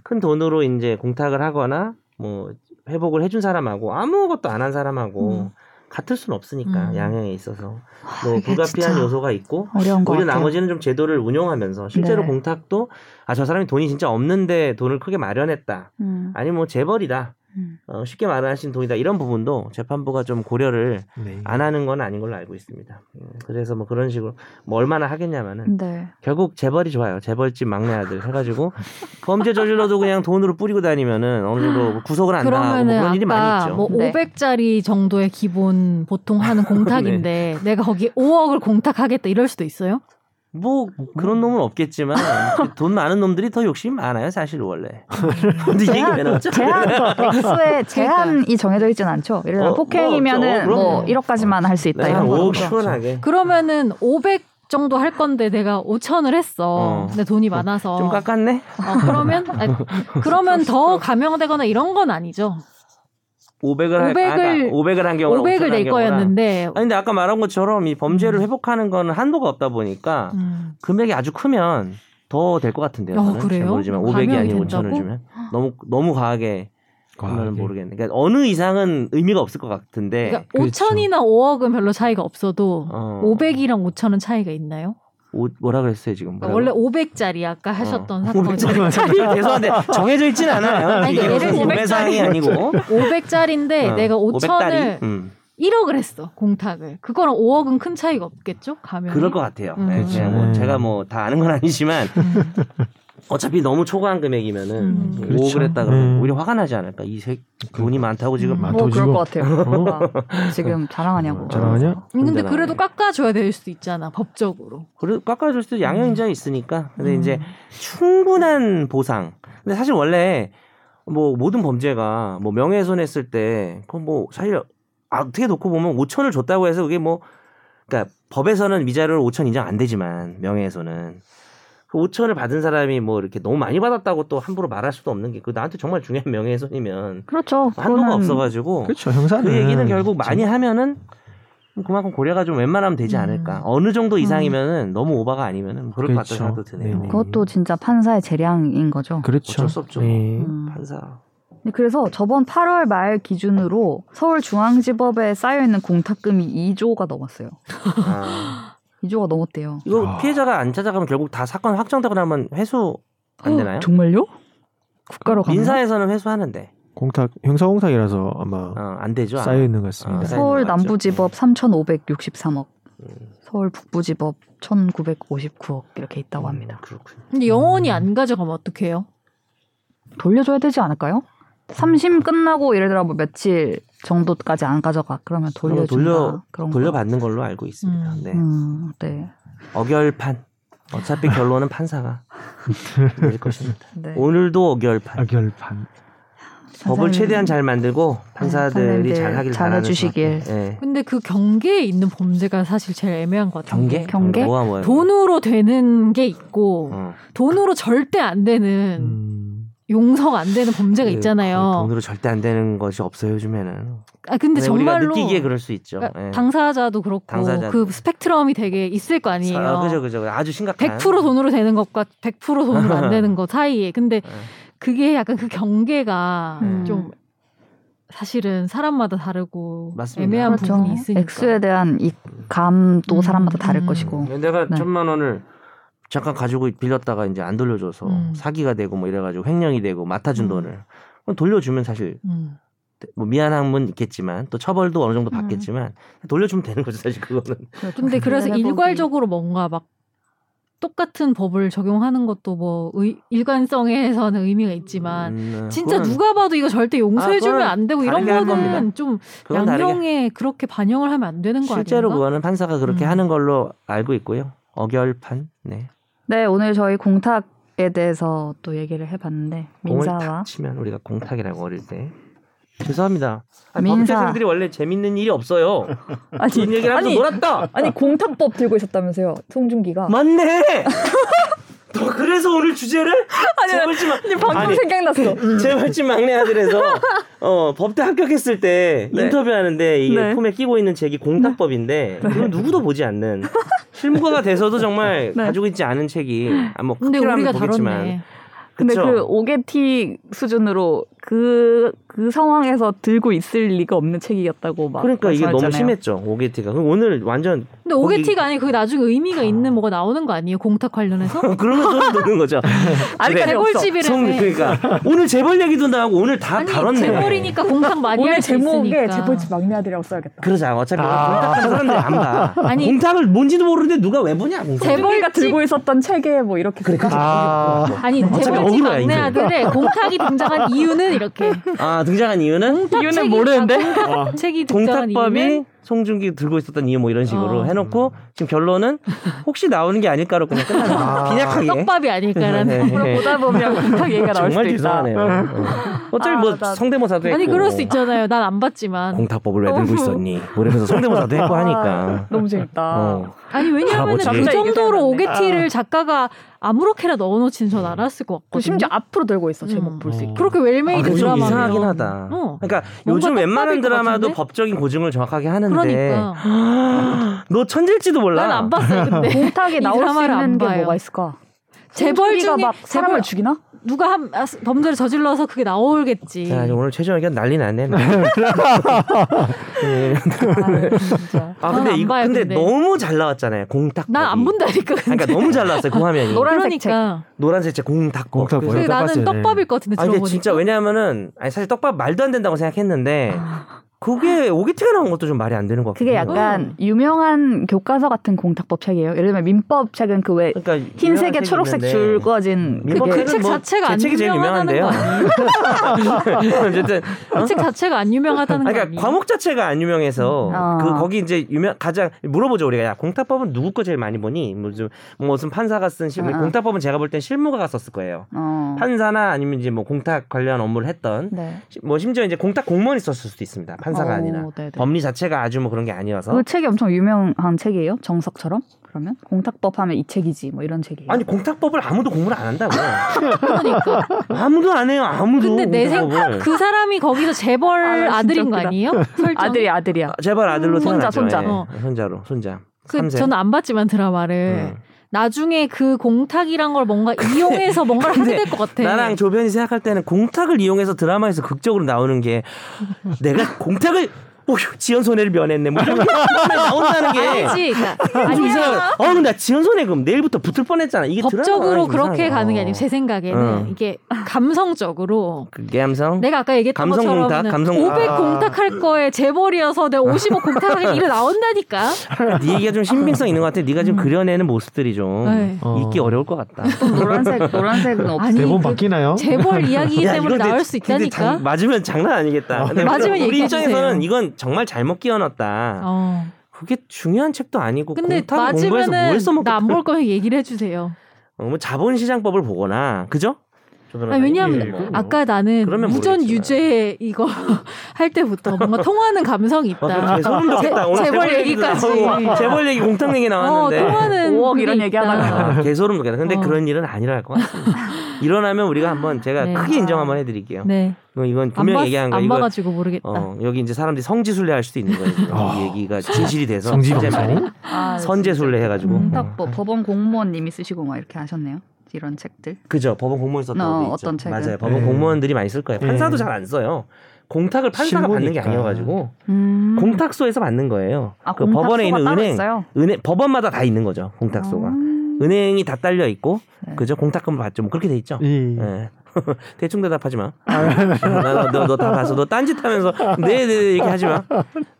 큰 돈으로 이제 공탁을 하거나 뭐 회복을 해준 사람하고 아무것도 안 한 사람하고 음. 같을 수는 없으니까 음. 양형에 있어서 아, 뭐 이게 불가피한 진짜 요소가 있고 어려운 거 오히려 같아요. 나머지는 좀 제도를 운용하면서 실제로 네. 공탁도 아 저 사람이 돈이 진짜 없는데 돈을 크게 마련했다 음. 아니 뭐 재벌이다 음. 어, 쉽게 마련하신 돈이다 이런 부분도 재판부가 좀 고려를 네. 안 하는 건 아닌 걸로 알고 있습니다 음, 그래서 뭐 그런 식으로 뭐 얼마나 음. 하겠냐면은 네. 결국 재벌이 좋아요 재벌집 막내 아들 해가지고 범죄 저질러도 그냥 돈으로 뿌리고 다니면은 어느 정도 구속을 안 당하고 뭐 그러면은 그런 일이 많이 아까 있죠 뭐 네. 500짜리 정도의 기본 보통 하는 공탁인데 네. 내가 거기 5억을 공탁하겠다 이럴 수도 있어요? 뭐 그런 놈은 없겠지만 돈 많은 놈들이 더 욕심이 많아요 사실 원래 근데 이 얘기 왜 나왔죠? 제한 액수에 제한이 정해져 있진 않죠. 예를 들어 그러니까. 어, 폭행이면은 뭐 없죠. 뭐 그럼요. 1억까지만 할 수 있다 네, 이런 한 거. 5억 죠 시원하게 그러면은 500 정도 할 건데 내가 5천을 했어. 어. 근데 돈이 많아서. 좀 깎았네. 어, 그러면 아니, 그러면 더 감형되거나 이런 건 아니죠. 500을 할 500을 500을 한 경우 500을 낼 거였는데. 아니 근데 아까 말한 것처럼 이 범죄를 회복하는 거는 한도가 없다 보니까 음, 금액이 아주 크면 더 될 것 같은데요. 어, 저는 잘 그래요? 모르지만 500이 감형이 아니고 5천을 된다고? 주면 너무 너무 과하게 과하게. 하면 모르겠네. 그러니까 어느 이상은 의미가 없을 것 같은데. 그러니까 그렇죠. 5천이나 5억은 별로 차이가 없어도 네, 어. 500이랑 5천은 차이가 있나요? 오- 뭐라 그랬어요 지금? 그러니까 원래 500짜리 아까 하셨던 어. 사건. 500짜리 죄송한데 정해져 있진 않아요. 아니, 이게 그러니까 무슨 예를 구매 사항이 아니고 500짜리인데 어, 내가 500 5천을 짜리? 음, 1억을 했어 공탁을. 그거랑 5억은 큰 차이가 없겠죠? 가면. 그럴 것 같아요. 음. 네, 그냥 뭐 음. 제가 뭐 다 아는 건 아니지만 음. 어차피 너무 초과한 금액이면은 음. 5억을 그렇죠. 했다 그러면 음. 그러니까. 오히려 화가 나지 않을까? 이 새, 돈이 많다고 지금 음. 막 뭐 더 그럴 지금- 것 같아요. 뭔가 지금 자랑하냐고. 어, 자랑하냐? 근데 혼자 그래도 나가네. 깎아줘야 될 수도 있잖아 법적으로. 그래 깎아줄 수 양형 인자가 있으니까 근데 음. 이제 충분한 보상. 근데 사실 원래 뭐 모든 범죄가 뭐 명예훼손했을 때 그 뭐 사실 아, 어떻게 놓고 보면 5천을 줬다고 해서 그게 뭐 그러니까 법에서는 위자료를 5천 인정 안 되지만 명예훼손은 그 5천을 받은 사람이 뭐 이렇게 너무 많이 받았다고 또 함부로 말할 수도 없는 게 그 나한테 정말 중요한 명예훼손이면 그렇죠. 한도가 그거는- 없어가지고 그렇죠. 형사는 그 얘기는 결국 많이 하면은 그만큼 고려가 좀 웬만하면 되지 음. 않을까. 어느 정도 이상이면은 너무 오바가 아니면은 그럴 것 같다는 그렇죠. 생각도 드네요. 네. 그것도 진짜 판사의 재량인 거죠. 그렇죠. 어쩔 수 없죠. 네. 음. 판사. 근데 그래서 저번 8월 말 기준으로 서울중앙지법에 쌓여있는 공탁금이 2조가 넘었어요. 아. 2조가 넘었대요. 이거 아. 피해자가 안 찾아가면 결국 다 사건 확정되고 나면 회수 안 되나요? 정말요? 국가로 가면 네? 어, 민사에서는 회수하는데 공탁 형사 공탁이라서 아마 어, 안 되죠. 아마. 쌓여 있는 것 같습니다. 아, 쌓여- 서울 맞죠. 남부지법 3,563억, 음. 서울 북부지법 1,959억 이렇게 있다고 음, 합니다. 그렇군요. 근데 영원히 안 가져가면 어떡해요? 돌려줘야 되지 않을까요? 음. 삼심 끝나고 예를 들어 뭐 며칠 정도까지 안 가져가 그러면 돌려준다 돌려- 그런 거. 돌려받는 걸로 알고 있습니다. 음. 네. 음, 네. 어결판. 어차피 결론은 판사가 낼 것입니다. 네. 오늘도 어결판. 아, 결판. 법을 최대한 잘 만들고 판사들이 판사님들 잘 하길 잘 바라는 해주시길. 것 같아요. 예. 근데 그 경계에 있는 범죄가 사실 제일 애매한 것 같아요. 경계? 경계? 뭐야 뭐야. 돈으로 되는 게 있고 어. 돈으로 절대 안 되는 음. 용서가 안 되는 범죄가 그 있잖아요. 돈으로 절대 안 되는 것이 없어요 요즘에는. 아 근데 정말로 우리가 느끼기에 그럴 수 있죠. 그러니까 예. 당사자도 그렇고 당사자도. 그 스펙트럼이 되게 있을 거 아니에요. 아, 그죠 그죠. 아주 심각한. 100% 돈으로 되는 것과 100% 돈으로 안 되는 것 사이에 근데 예. 그게 약간 그 경계가 음. 좀 사실은 사람마다 다르고 맞습니다. 애매한 부분이 있으니까 액수에 그렇죠. 대한 이 감도 음, 사람마다 다를 음. 것이고. 내가 네. 천만 원을 잠깐 가지고 빌렸다가 이제 안 돌려줘서 음. 사기가 되고 뭐 이래가지고 횡령이 되고 맡아준 음. 돈을 그럼 돌려주면 사실 음. 뭐 미안함은 있겠지만 또 처벌도 어느 정도 받겠지만 돌려주면 되는 거죠 사실 그거는 그렇죠. 근데 그래서 해보기. 일괄적으로 뭔가 막 똑같은 법을 적용하는 것도 뭐 의- 일관성에서는 의미가 있지만 음, 진짜 그건- 아, 누가 봐도 이거 절대 용서해주면 그건 안 되고 이런 다르게 할 거는 겁니다. 좀 그건 다르게 양형에 그렇게 반영을 하면 안 되는 거 실제로 아닌가? 그거는 판사가 그렇게 음. 하는 걸로 알고 있고요 어결판 네 네, 오늘 저희 공탁에 대해서 또 얘기를 해봤는데 공을 민사와 탁 치면 우리가 공탁이라고 어릴 때 죄송합니다 민사. 법대생들이 원래 재밌는 일이 없어요 이 아니, 얘기를 하면서 아니, 놀았다 아니 공탁법 들고 있었다면서요, 송중기가. 맞네. 너 그래서 오늘 주제를 재벌집 막 방금 아니, 생각났어. 재벌집 막내 아들에서 어 법대 합격했을 때 네. 인터뷰하는데 이게 네. 품에 끼고 있는 책이 공탁법인데 이건 누구도 보지 않는 실무가가 돼서도 정말 네. 가지고 있지 않은 책이 아뭐 근데 우리가 보겠지만 다뤘네. 근데 그쵸? 그 오게티 수준으로 그 그 상황에서 들고 있을 리가 없는 책이었다고 막. 그러니까 이게 너무 말씀하셨잖아요. 심했죠 오게티가 그럼 오늘 완전 근데 거기- 오게티가 아니 그게 나중에 의미가 있는 뭐가 나오는 거 아니에요? 공탁 관련해서? 그러면 소름 돋는 거죠 아니, 그래. 그러니까 없어. 재벌집이라며. 송- 그러니까 오늘 재벌 얘기도 나오고 오늘 다 아니 다뤘네 재벌이니까 공탁 많이 오늘 할수 제목에 있으니까. 재벌집 막내 아들이라고 써야겠다. 그러자 어차피 아. 공탁하는 사람들이 안 봐. 아니- 공탁을 뭔지도 모르는데 누가 왜 보냐. 공탁. 재벌- 송중기가 들고 있었던 책에 뭐 이렇게 그러니까. 쓸까? 아, 아니 어차피 재벌집 억울해, 막내 이제. 아들의 공탁이 등장한 이유는 이렇게 아 등장한 이유는 이유는 책이- 모르는데. 아, 공탁 책이 등장한 이유는 공탁법이 송중기 들고 있었던 이유 뭐 이런 식으로 어. 해놓고 지금 결론은 혹시 나오는 게 아닐까로 그냥 끝나는 거예요. 빈약하게. 떡밥이 아닐까라는 네, 네. 보다 보면 공탁 얘기가 나올 수도 정말 있다. 죄송하네요. 어. 어차피 뭐 아, 나- 성대모사도 했고. 아니 그럴 수 있잖아요. 난 안 봤지만. 공탁법을 왜 들고 있었니? 뭐 이러면서 성대모사도 했고 하니까. 아, 너무 재밌다. 어. 아니 왜냐하면 할아버지. 그 정도로 이게 아. 오게티를 작가가 아무렇게나 넣어놓친 전 알았을 것 그 같고 심지어 앞으로 들고 있어 제목 음. 볼 수 있게. 그렇게 아, 웰메이드 그거 좀 드라마 이상하긴 하다. 어. 그러니까 뭔가 요즘 웬만한 떡밥일 것 드라마도 같은데? 법적인 고증을 정확하게 하는데 그러니까 너 천재일지도 몰라. 난 안 봤어요. 근데 아, 공탁이 네. 이 나올 수 드라마를 있는 안 게 봐요. 뭐가 있을까? 재벌 송중기가 중에 막 사람을 재벌- 죽이나? 누가 한 아, 범죄를 저질러서 그게 나오겠지. 야, 오늘 최종 의견 난리 났네. 음. 아, 네. 아, 진짜. 아 저는 근데 안 이거 봐요, 근데, 근데. 너무 잘 나왔잖아요. 공탁. 난 안 본다니까. 근데. 그러니까 너무 잘 나왔어요. 그 화면이. 노란- 노란색 그러니까 노란색 제 공탁. 공탁 그래서- 근데 네, 나는 떡밥이에요. 떡밥일 것 같은데 아 근데 들어보니까. 진짜 왜냐하면은 아니 사실 떡밥 말도 안 된다고 생각했는데 아. 그게 오게티가 나온 것도 좀 말이 안 되는 것 같아요. 그게 약간 유명한 교과서 같은 공탁법 책이에요. 예를 들면 민법 책은 그 왜 그러니까 흰색에 초록색 줄 꺼진 민법 그게 그책 자체가 안 책이 뭐 제일 유명하다는 거 유명한데요. 어쨌든 그 책 자체가 안 유명하다는 거 아니, 그러니까 아니에요? 과목 자체가 안 유명해서 아. 그 거기 이제 유명 가장 물어보죠 우리가 야 공탁법은 누구 거 제일 많이 보니 무슨 뭐 무슨 판사가 쓴 실, 아, 아. 공탁법은 제가 볼 땐 실무가가 썼을 거예요. 어. 판사나 아니면 이제 뭐 공탁 관련 업무를 했던 네. 시- 뭐 심지어 이제 공탁 공무원이 썼을 수도 있습니다. 판사가 어, 아니라 네네. 법리 자체가 아주 뭐 그런 게 아니어서 그 책이 엄청 유명한 책이에요. 정석처럼. 그러면 공탁법 하면 이 책이지 뭐 이런 책이에요. 아니 공탁법을 아무도 공부를 안 한다고 그러니까. 아무도 안 해요 아무도 근데 내 공탁법을. 생각 그 사람이 거기서 재벌 아, 아, 들인 진짜 거 웃기다. 아니에요? 설정. 아들이 아들이야. 아, 제발 아들로 손자, 태어났죠. 손자. 예. 어. 손자로 손자 그 삼세. 저는 안 봤지만 드라마를 음. 나중에 그 공탁이란 걸 뭔가 이용해서 뭔가를 하게 될 것 같아. 나랑 조변이 생각할 때는 공탁을 이용해서 드라마에서 극적으로 나오는 게 내가 공탁을 어, 오휴 지연 손해를 면했네 뭐 이런 게 나온다는 게 아니지. 그러니까 좀 아니야. 이상해. 어, 근데 나 지연 손해금 내일부터 붙을 뻔했잖아. 이게 법적으로 드라마가 그렇게 이상해요. 가는 게 아니고 제 생각에는 응. 이게 감성적으로 그게 함성. 내가 아까 얘기했던 감성 것처럼 공탁, 감성- 500 아. 공탁할 거에 재벌이어서 내가 55 공탁하게 일어 나온다니까. 네 얘기가 좀 신빙성 있는 것 같아. 네가 지금 그려내는 모습들이 좀 음. 네. 어. 읽기 어려울 것 같다. 노란색 노란색은 없어. 아니 대본 그 바뀌나요? 재벌 이야기이기 야, 때문에 이거 근데- 나올 수 근데 있다니까. 장- 맞으면 장난 아니겠다. 근데 맞으면 우리 얘기해 주세요. 입장에서는 이건 정말 잘못 끼워놨다. 어. 그게 중요한 책도 아니고 근데 공탁 공부해서 뭘 맞으면은 써먹고 나 안 볼 거면 얘기를 해주세요. 어, 뭐 자본시장법을 보거나 그죠? 조선을 아니, 왜냐하면 다니지, 뭐. 아까 나는 그러면 무전 모르겠지만. 유죄 이거 할 때부터 뭔가 통하는 감성이 아, 있다. 그렇게 소름 돋겠다. 오늘 재- 재벌 재벌 얘기도 얘기까지. 나오고, 재벌 얘기 공탕 얘기 어, 나왔는데 통하는 5억 이런 그게 얘기 있다. 하다가. 아, 개소름 돋겠다. 근데 어. 그런 일은 안 일어날 것 같습니다. 일어나면 우리가 한번 제가 네. 크게 인정 한번 해드릴게요. 뭐 네. 이건- 이건 안, 분명 봤, 얘기한 거 안 이거 봐가지고 모르겠다. 어, 여기 이제 사람들이 성지순례할 수도 있는 거예요. 지금. 아. 이 얘기가 진실이 돼서 성지 이제 뭐 방송? 아, 선제순례 해가지고 어. 음. 딱 뭐, 법원 공무원님이 쓰시고 막 이렇게 하셨네요. 이런 책들. 그죠 법원 공무원 썼던 어, 거 어떤 책은? 맞아요 법원 네. 공무원들이 많이 쓸 거예요 네. 판사도 잘 안 써요 공탁을 판사가 받는 게 실무니까. 아니어가지고 음. 공탁소에서 받는 거예요 아, 그 공탁소가 법원에 있는 따로 은행 있어요? 아. 은행 법원마다 다 있는 거죠 공탁소가 음, 은행이 다 딸려 있고 네. 그죠 공탁금 받죠 뭐 그렇게 돼 있죠 예. 예. 대충 대답하지 마. 너너다 봐서 너 딴짓하면서 네네 이렇게 하지 마.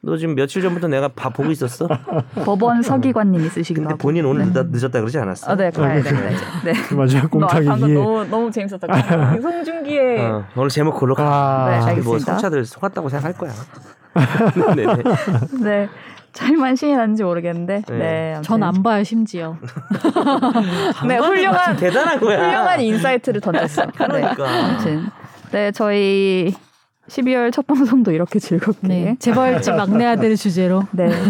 너 지금 며칠 전부터 내가 봐 보고 있었어. 법원 서기관님이 쓰시기도 음. 근데 하고. 본인 오늘 네. 늦다, 늦었다 그러지 않았어? 아, 네, 가야 돼. 네. 네. 맞아요. 그 공탁이 방금 이해. 너무 너무 재밌었다. 그 송중기의 어, 오늘 제목 그걸로 가. 네, 아, 알겠습니다. 뭐 성차들 속았다고 생각할 거야. 네네. 네 잘만 신이 났는지 모르겠는데 네. 네. 전 안 봐요 심지어. 아무튼. 네, 훌륭한 대단한 거야. 훌륭한 인사이트를 던졌어. 네. 그러니까. 아무튼 네 저희 12월 첫 방송도 이렇게 즐겁게 네. 네, 재벌집 막내 아들 주제로.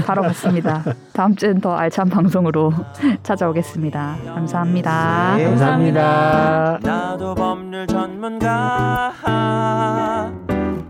바로 봤습니다. 다음 주엔 더 알찬 방송으로 찾아오겠습니다. 감사합니다. 네. 감사합니다. 나도 법률 전문가